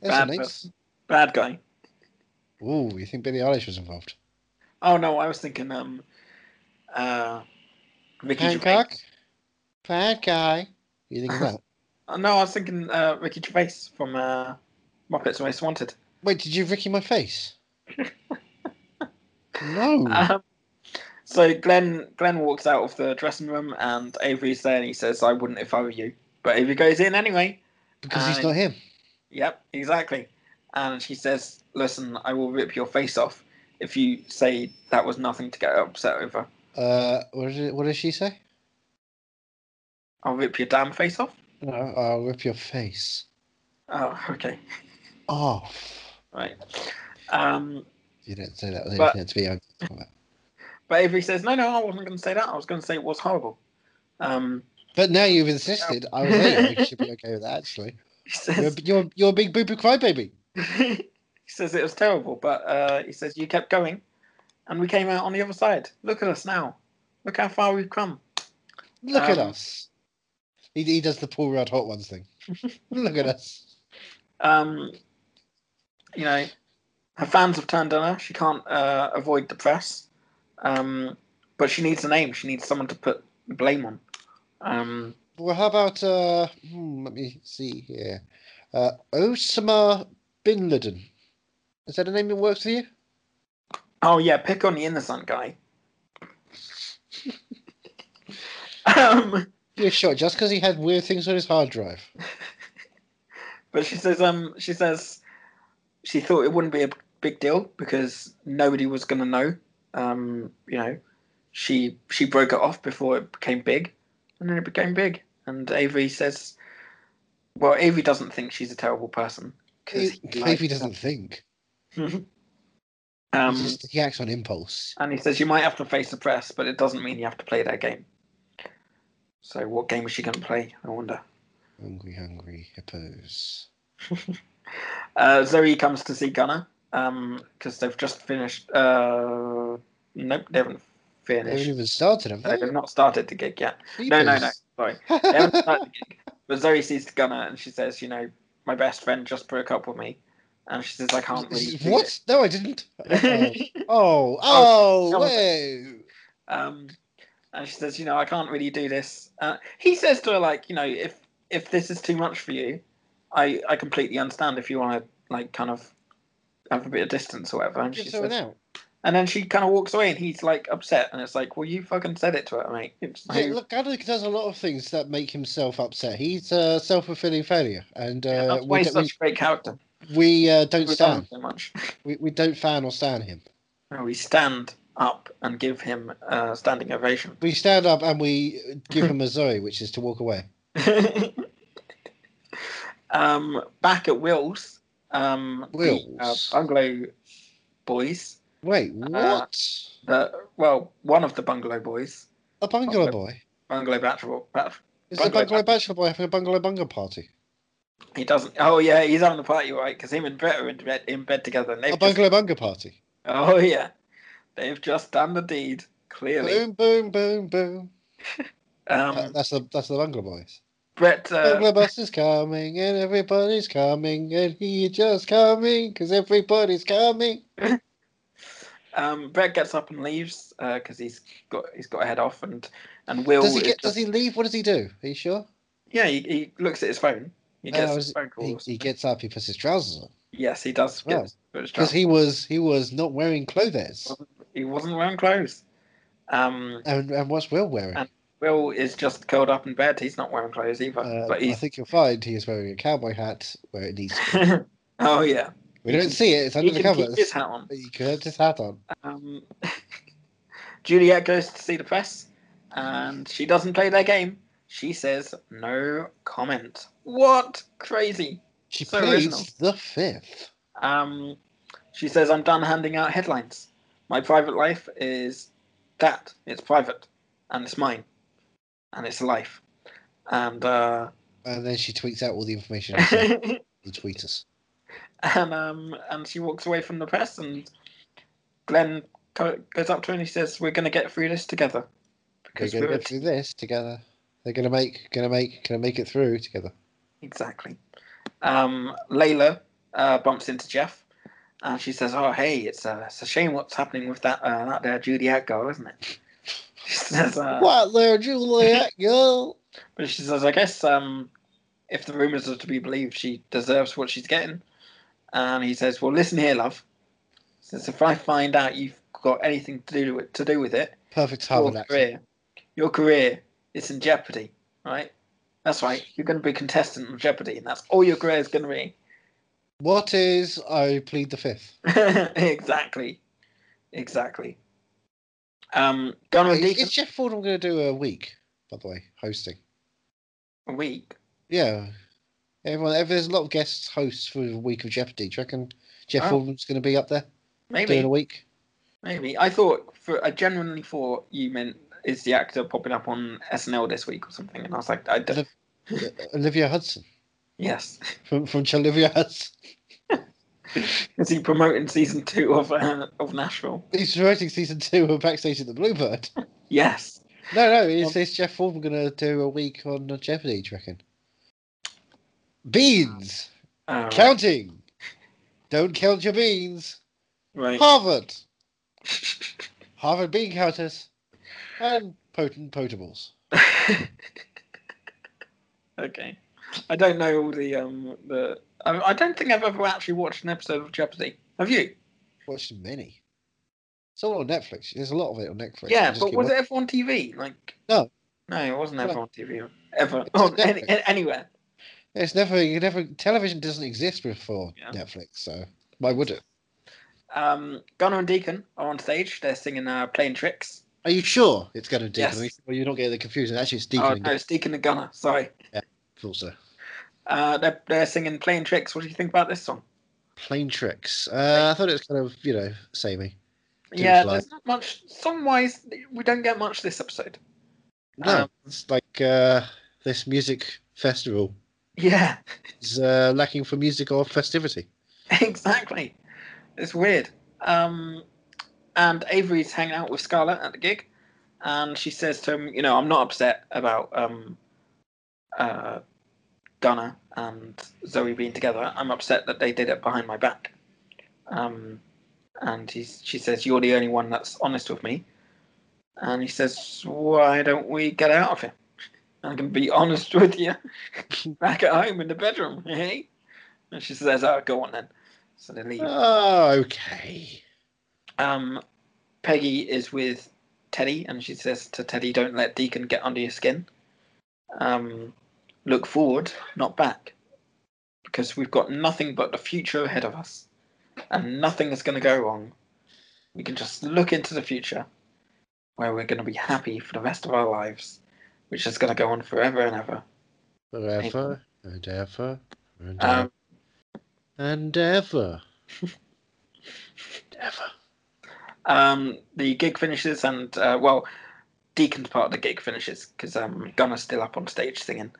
That's Bad a nice. person. Bad guy. Ooh, you think Billie Eilish was involved? Oh no, I was thinking um, uh, Ricky Gervais. Hancock? Bad guy. You think of that? Oh, no, I was thinking uh, Ricky Gervais from uh, Muppets Most Wanted. Wait, did you Ricky <laughs> my face? no. Um, so Glenn Glenn walks out of the dressing room, and Avery's there, and he says, "I wouldn't if I were you," but Avery goes in anyway. because he's I- not him. Yep, exactly. And she says, "Listen, I will rip your face off if you say that was nothing to get upset over. Uh, what, is it, what does she say? I'll rip your damn face off." No, I'll rip your face Oh, <laughs> okay, off. right. Um, You didn't say that was But- anything to be uncomfortable about. but Avery says, "No, no, I wasn't going to say that. I was going to say it was horrible." Um, <laughs> But now you've insisted, I was there. I should be okay with <laughs> that, actually. she You're, says, a- you're, you're a big boo boo crybaby. <laughs> he says it was terrible, but uh, he says you kept going, and we came out on the other side. Look at us now. Look how far we've come. Look at Um, us. He, he does the Paul Rudd Hot <laughs> Ones thing. Look at us. um, you know, her fans have turned on her. She can't uh, avoid the press, um, but she needs a name. She needs someone to put blame on. Um, Well, how about, uh, hmm, let me see here. Uh, Osama Bin Laden. Is that a name that works for you? oh yeah, pick on the innocent guy. <laughs> um, You're sure, just because he had weird things on his hard drive. but she says, um, she says, she thought it wouldn't be a big deal because nobody was gonna know. Um, you know, she she broke it off before it became big, and then it became big. And Avery says, "Well, Avery doesn't think she's a terrible person because He, maybe he doesn't think. <laughs> Um, he, just, he acts on impulse. and he says you might have to face the press, but it doesn't mean you have to play their game. So, what game is she going to play? I wonder. Hungry, hungry hippos. Uh, Zoe comes to see Gunnar because they've just finished. Uh, nope, they haven't They haven't finished. even started him. They have not started the gig yet. No, no, no. Sorry. They <laughs> haven't no. started the gig. But Zoe sees the gunner and she says, you know, my best friend just broke up with me. And she says, I can't really. do what? No, <laughs> I didn't. Uh-oh. it." Oh, Oh, oh, come on. whoa. um, and she says, you know, I can't really do this. Uh, he says to her, like, you know, if if this is too much for you, I, I completely understand if you want to, like, kind of have a bit of distance or whatever. And, she Just so says, now. and then she kind of walks away and he's, like, upset. And it's like, well, you fucking said it to her, mate. It's like, Yeah, look, Ganek does a lot of things that make himself upset. He's a self fulfilling failure, and <laughs> uh, that's why we, he's don't, such a great character. we, we uh, don't We love stand. him so much. <laughs> We, we don't fan or stand him. No, we stand up and give him a standing ovation. <laughs> We stand up and we give him a Zoe, which is to walk away. um, back at Will's, um, the uh, Will's. Bungalow boys Wait, Uh, what? The, well, one of the Bungalow Boys, a bungalow boy? Bungalow Bachelor. Bach- Is the Bungalow bungalow Bun- bachelor boy having a bungalow bunga party? He doesn't. Oh yeah, he's having a party, right? Because him and Brett are in bed, in bed together. And A they've just, bungalow bunga party. oh yeah, they've just done the deed. Clearly, Boom, boom, boom, boom. That- um, that's the that's the bungalow boys. Brett. Uh, bungalow bus is coming and everybody's coming and he just coming because everybody's coming. um, Brett gets up and leaves because he's got he's got a head off, and and Will. Does he is get? Does just- he leave? What does he do? Are you sure? Yeah, he, he looks at his phone. He Oh, gets is- phone He, calls. he gets up. He puts his trousers on yes, he does. Well, get- but it's because just- he was he was not wearing clothes. he wasn't wearing clothes. Um, And, and what's Will wearing? And- Will is just curled up in bed. He's not wearing clothes either. Uh, but I he's think you'll find he is wearing a cowboy hat where it needs. To be. <laughs> oh yeah, We don't see it. It's he under the can keep covers. his hat on. But he could have his hat on. Um, <laughs> Juliet goes to see the press, and she doesn't play their game. She says no comment. What crazy? She So plays original. the fifth. Um, she says I'm done handing out headlines. My private life is that. It's private, and it's mine, and it's a life. And uh, <laughs> And then she tweets out all the information. on and the tweeters. um, and she walks away from the press, and Glenn co- goes up to her and he says, "We're going to get through this together." They're Because going to we're a go through this together. They're going to make, going to make, going to make it through together. Exactly. Um, Layla uh, bumps into Jeff, and she says, "Oh, hey, it's a, it's a shame what's happening with that uh, that there Juliet girl, isn't it?" She says, uh, what there, <laughs> Juliet? girl? "But she says, I guess um, if the rumors are to be believed, she deserves what she's getting." And he says, "Well, listen here, love. Since if I find out you've got anything to do with, to do with it, Perfect your Harvard accent. career, your career is in jeopardy, right?" That's right. You're going to be a contestant on Jeopardy, and that's all your career is going to be. What is I plead the fifth? exactly, exactly. Um, Gunnar Is, Deacon is Jeff Fordham going to do a week? By the way, hosting. a week. Yeah. Everyone, ever, there's a lot of guest hosts for a week of Jeopardy. Do you reckon Jeff Oh. Fordham's going to be up there doing a Maybe, <laughs> week? maybe. I thought for I genuinely thought you meant is the actor popping up on SNL this week or something, and I was like, I don't. Oliv- Olivia Hudson Yes, <laughs> from from Olivia Hudson. is he promoting season two of uh, of Nashville? He's promoting season two of Backstage at the Bluebird. Yes, No, no, Oh. is, is Jeff Fordham going to do a week on Jeopardy? Do you reckon? Beans All right. counting. Don't count your beans. right. Harvard. Harvard bean counters and potent potables. <laughs> okay, I don't know all the um the. I, I don't think I've ever actually watched an episode of Jeopardy. Have you? Watched many. It's all on Netflix. There's a lot of it on Netflix. You Yeah, just but keep was watching. it ever on TV? Like No. no, it wasn't No. ever on TV ever It's on on any, Netflix. <laughs> anywhere. It's never. You never. Television doesn't exist before Yeah. Netflix. So why would it? Um, Gunnar and Deacon are on stage. They're singing uh, "Playing Tricks." Are you sure it's going to Yes. Deacon? Well, you're not getting the confusion. Actually, it's oh Deacon no, it's Deacon and Gunnar. Sorry, also. uh, they're they're singing "Playing Tricks." What do you think about this song? Plain tricks. Uh, I thought it was kind of you know samey. Didn't yeah, fly. there's not much song wise. We don't get much this episode. <laughs> No, Um, it's like uh, this music festival Yeah, <laughs> is uh, lacking for music or festivity. exactly. It's weird. Um, and Avery's hanging out with Scarlett at the gig, and she says to him, "You know, I'm not upset about um, uh, Gunnar and Zoe being together. I'm upset that they did it behind my back." Um, and he's, she says, "You're the only one that's honest with me." And he says, "Why don't we get out of here? I can be honest with you <laughs> back at home in the bedroom, eh?" And she says, "Oh, go on then." So they leave. Oh, okay. Um, Peggy is with Teddy, and she says to Teddy, "Don't let Deacon get under your skin. Um, look forward, not back, because we've got nothing but the future ahead of us, and nothing is going to go wrong. We can just look into the future, where we're going to be happy for the rest of our lives, which is going to go on forever and ever." Forever and ever and ever Um, and ever. ever. Um, the gig finishes, and uh, well, Deacon's part of the gig finishes because um, Gunner's still up on stage singing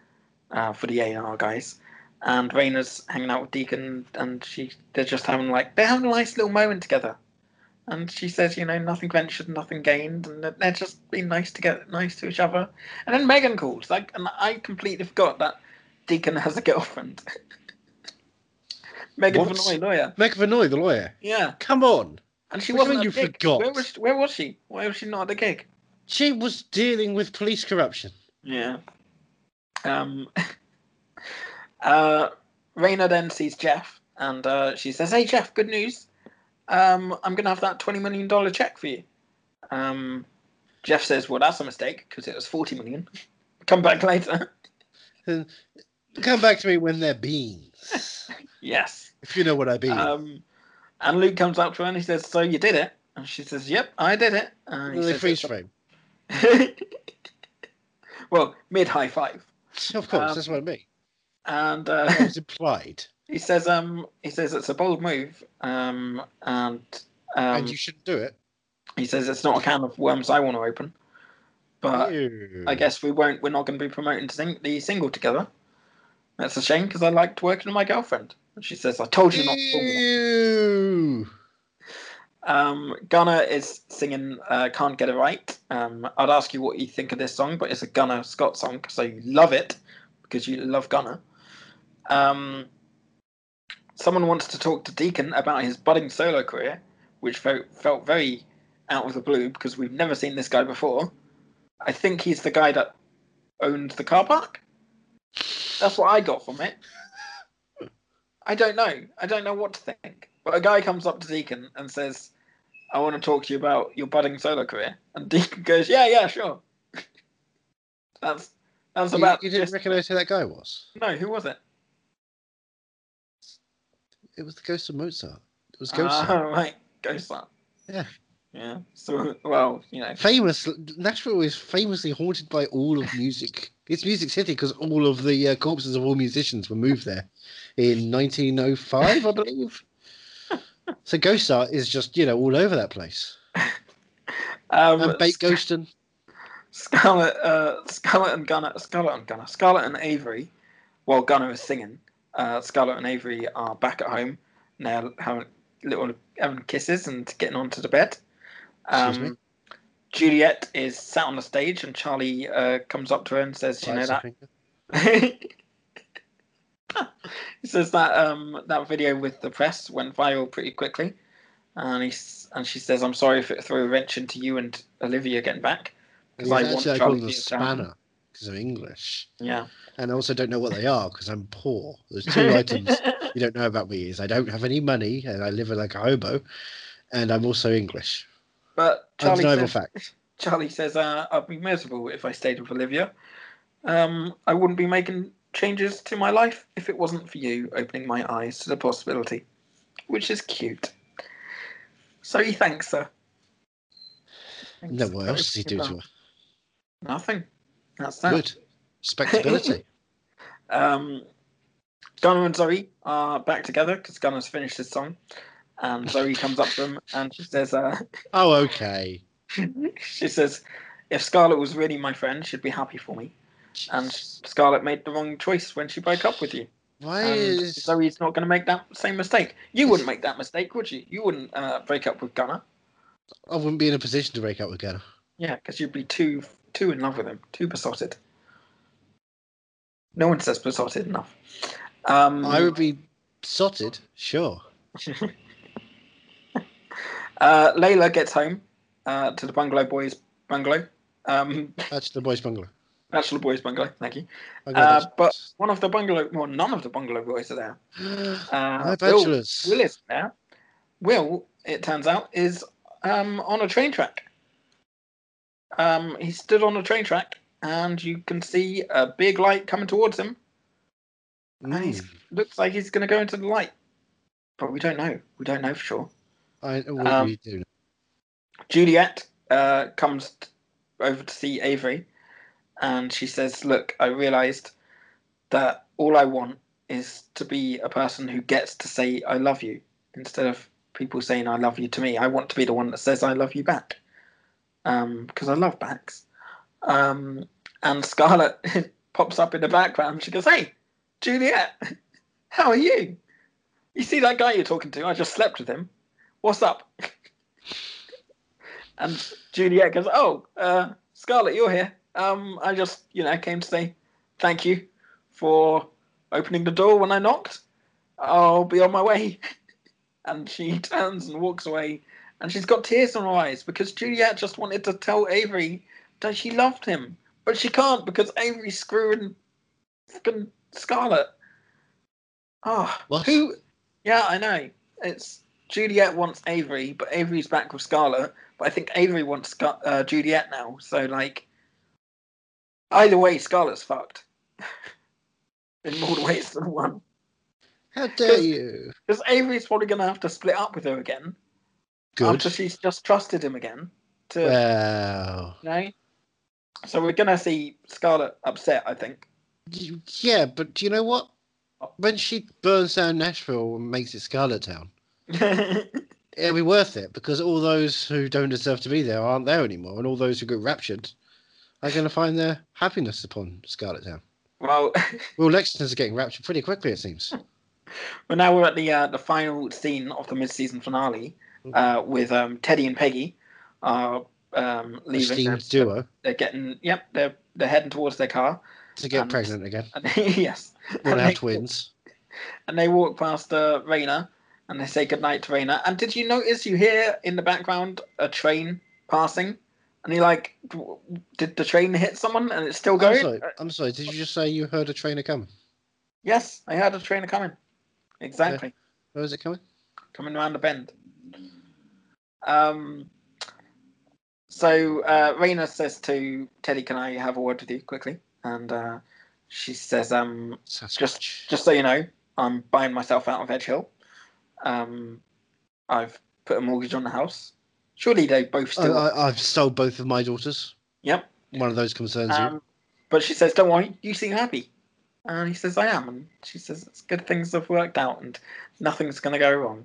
uh, for the A&R guys, and Raina's hanging out with Deacon, and she they're just having like they're having a nice little moment together. And she says, you know, nothing ventured, nothing gained, and that they're just being nice to get nice to each other. And then Megan calls, like, and I completely forgot that Deacon has a girlfriend. <laughs> Megan What? Vanoy, lawyer. Meg Vanoy, the lawyer. Yeah, Come on. and she What do wasn't. you at mean the you gig. forgot? Where was where was she? Why was she not at the gig? She was dealing with police corruption. Yeah. Um. <laughs> uh, Raina then sees Jeff, and uh, she says, "Hey Jeff, good news. Um, I'm gonna have that twenty million dollar check for you." Um, Jeff says, "Well, that's a mistake because it was forty million. <laughs> Come back later." <laughs> Come back to me when <laughs> they're beans. yes. if you know what I mean. Um, and Luke comes up to her and he says, "So you did it?" And she says, "Yep, I did it." And he they says, freeze frame. <laughs> well, mid high five. Of course, um, that's what I mean. And uh, That was implied. <laughs> he says, um, he says it's a bold move, um, and um, and you shouldn't do it. he says it's not a can of worms I want to open. But Ew. uh, I guess we won't. We're not going to be promoting sing- the single together. That's a shame because I liked working with my girlfriend. And she says, "I told you not." to call me." Ew. Um, Gunner is singing uh, "Can't Get It Right." Um, I'd ask you what you think of this song, but it's a Gunner Scott song, so you love it because you love Gunner. Um, someone wants to talk to Deacon about his budding solo career, which felt, felt very out of the blue because we've never seen this guy before. I think he's the guy that owned the car park. That's what I got from it. I don't know. I don't know what to think. But a guy comes up to Deacon and says, I want to talk to you about your budding solo career. And Deacon goes, Yeah, yeah, sure. <laughs> that's that's You, about you didn't just- recognise who that guy was. No, who was it? It was the ghost of Mozart. It was Ghost. <laughs> Ah, right, Ghost Lab. Yeah. Yeah. So, well, you know, Famous Nashville is famously haunted by all of music. It's Music City because all of the uh, corpses of all musicians were moved there in 1905, I believe. so Ghost Art is just you know all over that place. um, And Bait Sc- Ghostin. Scarlet, uh, Scarlet and Gunner, Scarlet and Gunner, Scarlet and Avery, while Gunner is singing, uh, Scarlet and Avery are back at home now, having little having kisses and getting onto the bed. Excuse me? Um, Juliet is sat on the stage, and Charlie uh, comes up to her and says, "You know that he says that um, that video with the press went viral pretty quickly, and he s- and she says, "I'm sorry if it threw a wrench into you and Olivia getting back." Because I I want actually I call Charlie them the to be a German. spanner because I'm English, Yeah. and I also don't know what they are because I'm poor. <laughs> There's two items you don't know about me is I don't have any money and I live like a hobo, and I'm also English. but Charlie Undeniable says, fact. Charlie says, uh, "I'd be miserable if I stayed with Olivia. Um, I wouldn't be making changes to my life if it wasn't for you opening my eyes to the possibility," which is cute. So he thanks her. No, what else does he do to her? Nothing. That's that. Good. Respectability. Um, Gunnar and Zoe are back together because Gunnar's finished his song, and <laughs> Zoe comes up to him and she says, uh, <laughs> <laughs> oh, okay. "She says, if Scarlett was really my friend, she'd be happy for me." And Scarlett made the wrong choice when she broke up with you. Why And is Zoe's not going to make that same mistake. You wouldn't make that mistake, would you? You wouldn't uh, break up with Gunnar. I wouldn't be in a position to break up with Gunnar. Yeah, because you'd be too too in love with him, too besotted. No one says besotted enough. Um, I would be sotted, sure. Uh, Layla gets home uh, to the bungalow boys bungalow, um, <laughs> Bachelor boys bungalow. bachelor boys bungalow. Thank you. I Uh, got but one of the bungalow, well, none of the bungalow boys are there. that. Uh, <gasps> My Will, bachelors. Will is there. Will, it turns out, is um, on a train track. Um, he stood on a train track, and you can see a big light coming towards him. And he's, Mm. looks like he's going to go into the light, but we don't know. We don't know for sure. I, what um, do you do? Juliet uh, comes t- over to see Avery, and she says, "Look, I realised that all I want is to be a person who gets to say I love you instead of people saying I love you to me. I want to be the one that says I love you back. Um, because I love backs. Um, and Scarlett <laughs> pops up in the background. She goes, Hey, Juliet, <laughs> how are you? You see that guy you're talking to? I just slept with him. What's up? and Juliet goes, Oh, uh, Scarlett, you're here. Um, I just, you know, came to say thank you for opening the door when I knocked. I'll be on my way. <laughs> And she turns and walks away. And she's got tears in her eyes because Juliet just wanted to tell Avery that she loved him. But she can't because Avery's screwing fucking Scarlet. Oh, What? who? Yeah, I know. It's Juliet wants Avery, but Avery's back with Scarlet. But I think Avery wants Scar- uh, Juliet now. So, like, either way, Scarlet's fucked. <laughs> in more ways than one. How dare you? Because Avery's probably going to have to split up with her again Good. after she's just uh, trusted him again. To Well, you know, so we're going to see Scarlet upset. I think. <laughs> y- yeah, but do you know what? When she burns down Nashville and makes it Scarlet Town, it'll be worth it because all those who don't deserve to be there aren't there anymore, and all those who get raptured are going to find their happiness upon Scarlet Town. well, Well, Lexington's are getting raptured pretty quickly, it <laughs> seems. well, now we're at the uh, the final scene of the mid-season finale Mm-hmm. uh, with um, Teddy and Peggy are um, leaving. They're, Esteemed duo they're getting. Yep, they're they're heading towards their car. <laughs> to get and- pregnant again. <laughs> And, yes, We'll and have they- twins. and they walk past uh, Raina and they say goodnight to Raina. And did you notice you hear in the background a train passing? And you're like, "W- did the train hit someone and it's still I'm going? Oh, sorry, Uh, I'm sorry, did you just say you heard a trainer coming? yes, I heard a train coming. Exactly. Where is it coming? Coming around the bend. Um, so uh, Raina says to Teddy, can I have a word with you quickly? And uh, she says, um, Sasquatch. just so you know, I'm buying myself out of Edge Hill. Um, I've put a mortgage on the house. Surely they both I, still. Oh, I, I've sold both of my daughters. yep. One of those concerns you. Um, but she says, "Don't worry, you seem happy." And he says, "I am." And she says, "It's good things have worked out, and nothing's going to go wrong.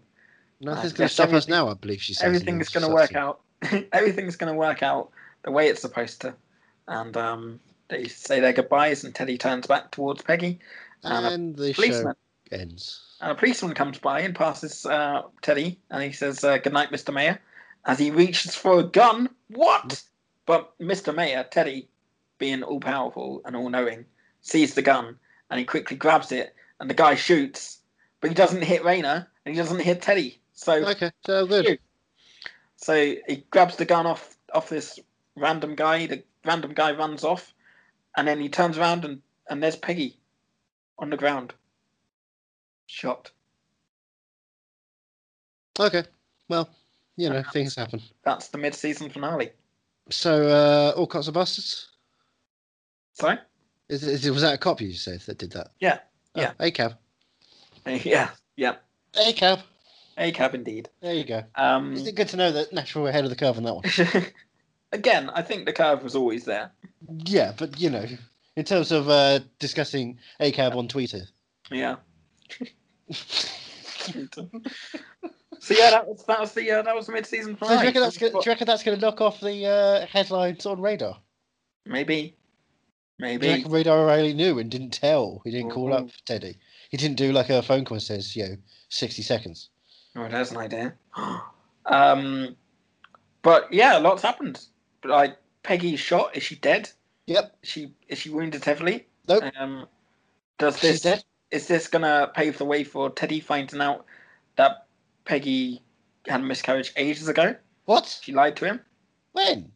Nothing's I going guess to stop us everything- now, I believe she says. in Everything's the going to work subtitle. out. <laughs> Everything's going to work out the way it's supposed to." And um, they say their goodbyes, and Teddy turns back towards Peggy. out. And the Policeman. show ends. And a policeman comes by and passes uh, Teddy, and he says, uh, "Good night, Mr. Mayor." As he reaches for a gun, what? But Mr. Mayor, Teddy, being all powerful and all knowing, sees the gun and he quickly grabs it, and the guy shoots, but he doesn't hit Rayner and he doesn't hit Teddy. So, Okay, so good. so he grabs the gun off off this random guy. The random guy runs off, and then he turns around and and there's Peggy on the ground, shot. Okay, well, you <laughs> know, things happen. That's the mid-season finale. So, uh, all cops are bastards? Sorry? Is, is, was that a cop you said that did that? Yeah, Oh, yeah. A cab. <laughs> Yeah, yeah. A cab. A cab indeed. There you go. Um, Is it good to know that Nashville were ahead of the curve on that one? <laughs> again, I think the curve was always there. yeah, but you know, in terms of uh, discussing A cab on Twitter. <laughs> Yeah. so yeah, that was that was the uh, that was the mid-season So do, you finale. reckon that's gonna, do you reckon that's going to knock off the uh, headlines on Radar? Maybe, Do you maybe. reckon Radar O'Reilly knew and didn't tell? He didn't call up Mhm. Teddy. He didn't do like a phone call and says, you know, 60 seconds. Oh, there's an idea. <gasps> um, but yeah, lots happened. But like Peggy's shot. Is she dead? Yep. Is she is she wounded heavily? Nope. Um, does this She's dead. is this gonna pave the way for Teddy finding out that Peggy had a miscarriage ages ago? What? She lied to him. When?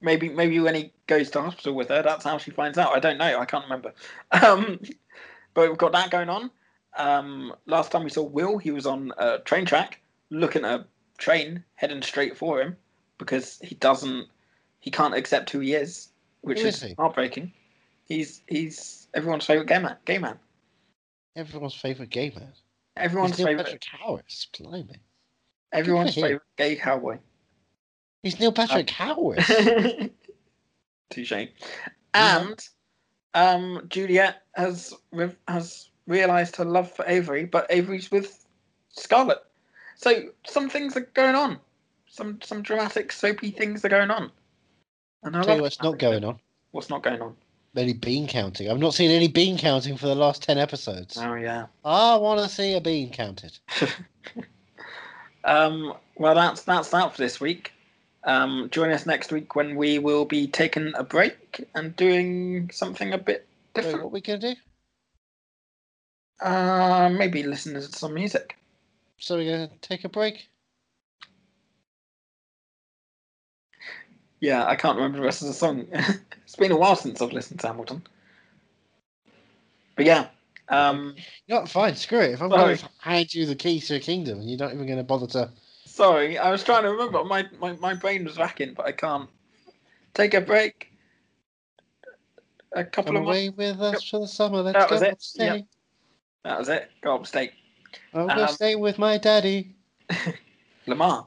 Maybe maybe when he goes to hospital with her, that's how she finds out. I don't know. I can't remember. <laughs> Um, but we've got that going on. Um, last time we saw Will, he was on a train track looking at a train heading straight for him because he doesn't, he can't accept who he is, which Who is, is he? heartbreaking. He's he's everyone's favorite gay man. Gay man. Everyone's favourite gay man. Everyone's He's Neil favorite. Patrick Harris. Blimey. <laughs> Everyone's Good for favorite gay <laughs> cowboy. He's Uh, Neil Patrick <laughs> Harris. Touche. Mm-hmm. And um, Juliet has re- has realised her love for Avery, but Avery's with Scarlet. So some things are going on. Some some dramatic soapy things are going on. And I Tell love you what's that. not going on. What's not going on? Any bean counting. I've not seen any bean counting for the last 10 episodes. Ah, Oh yeah. I want to see a bean counted. Um, well, that's that's that for this week. Um, join us next week when we will be taking a break and doing something a bit Wait, what different. are we going to do? Uh, maybe listen to some music. So we're going to take a break? Yeah, I can't remember the rest of the song. <laughs> it's been a while since I've listened to Hamilton. But yeah, um, You know what, fine, screw it. If I'm Sorry. going to hand you the keys to a kingdom and you're not even going to bother to. sorry, I was trying to remember. My, my, my brain was racking, but I can't. Take a break. A couple Come of months. away with us for the summer. Let's That go was it. stay. Yep. That was it. Go upstate. I'm going Um, to stay with my daddy. Lamar.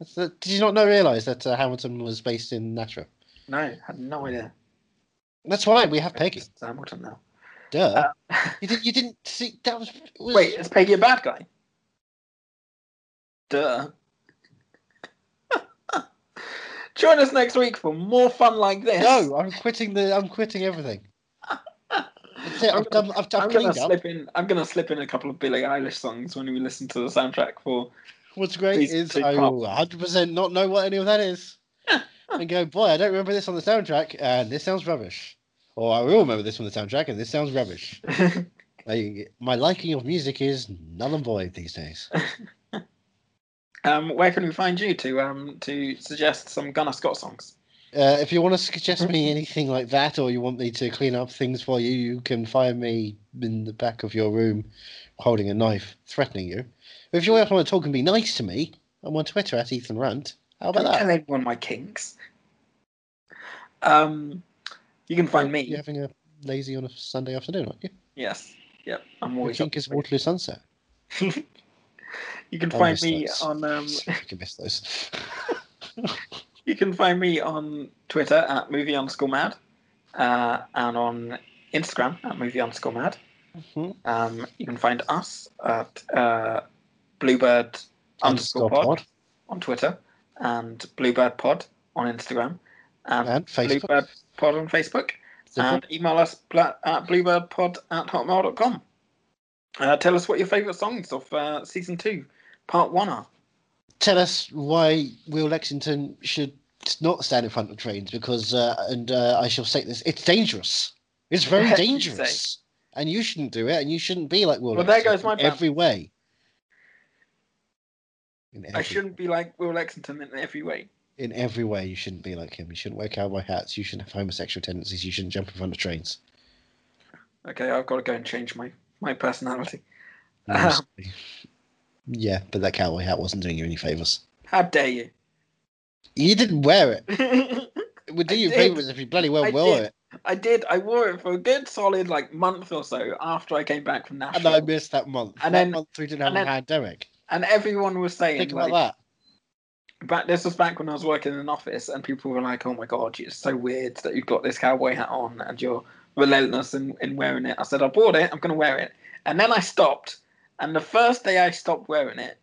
That's the- Did you not know, realise that uh, Hamilton was based in Nashville? No, I had no idea. That's why we have Peggy. It's Hamilton now. Duh. Uh, you, did, you didn't see. That was. it was Wait, is Peggy a bad guy? Duh. <laughs> Join us next week for more fun like this. No, I'm quitting the. I'm quitting everything. <laughs> That's it. I'm I've done. I've, I'm I've gonna cleaned up. slip in. I'm gonna slip in a couple of Billie Eilish songs when we listen to the soundtrack for. What's great These is two I pop. will 100 percent not know what any of <laughs> that is, and go, boy, I don't remember this on the soundtrack, and this sounds rubbish. Or I will remember this from the soundtrack, and this sounds rubbish. I, my liking of music is null and void <laughs> these days. um, where can we find you to um to suggest some Gunnar Scott songs? Uh, if you want to suggest me anything like that, or you want me to clean up things for you, you can find me in the back of your room holding a knife, threatening you. If you want to talk and be nice to me, I'm on Twitter at Ethan Runt. How about Don't that? tell everyone my kinks. Um, you can find me. You're having a lazy on a Sunday afternoon, aren't you? Yes. Yep. I'm Your always. up kink is for it. Waterloo Sunset. You can I find miss me those. on um. I fucking <laughs> miss those. You can find me on Twitter at movie underscore mad, uh, and on Instagram at movie underscore mad. Mhm. Um, you can find us at uh, Bluebird underscore Underscore pod, pod on Twitter and Bluebird Pod on Instagram and, and Facebook. Bluebird Pod on Facebook. Simple. And email us bla- at bluebirdpod at hotmail.com. Uh, tell us what your favourite songs of uh, season two, part one are. Tell us why Will Lexington should not stand in front of trains because, uh, and uh, I shall state this, it's dangerous. <laughs> It's very Yeah, you dangerous. And you shouldn't do it, and you shouldn't be like Will Well, there Lexington goes my in every way. In every, I shouldn't be like Will Lexington in every way. in every way, you shouldn't be like him. You shouldn't wear cowboy hats. You shouldn't have homosexual tendencies. You shouldn't jump in front of trains. Okay, I've got to go and change my, my personality. No, Um, sorry. <laughs> yeah, but that cowboy hat wasn't doing you any favors. How dare <laughs> you? You didn't wear it. I It would do I you did. favors if you bloody well I wore did. it. did. I wore it for a good solid like month or so after I came back from And Nashville. I missed that month. And that then- month we didn't have and a then- pandemic. and everyone was saying Think like, about that. back this was back when I was working in an office and people were like, Oh my god, it's so weird that you've got this cowboy hat on and you're relentless in, in wearing it. I said, I bought it, I'm gonna wear it. And then I stopped and the first day I stopped wearing it,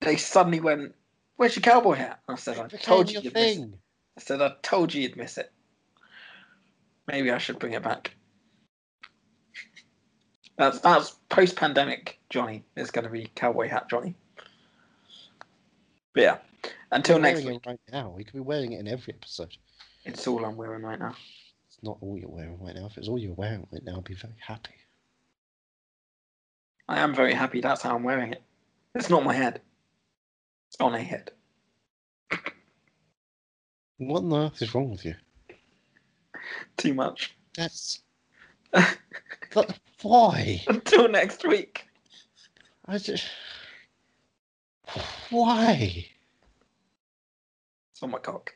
they suddenly went, Where's your cowboy hat? And I said, I It became told you your you'd miss it. thing. I said, I told you you'd miss it. Maybe I should bring it back. That's that's post pandemic Johnny. It's gonna be cowboy hat Johnny. But yeah. Until We're next wearing week. it right now. We could be wearing it in every episode. It's all I'm wearing right now. It's not all you're wearing right now. If it's all you're wearing right now, I'd be very happy. I am very happy that's how I'm wearing it. It's not my head. It's on a head. What on earth is wrong with you? Too much. <laughs> That's. But why? Until next week. I just. Why? It's on my cock.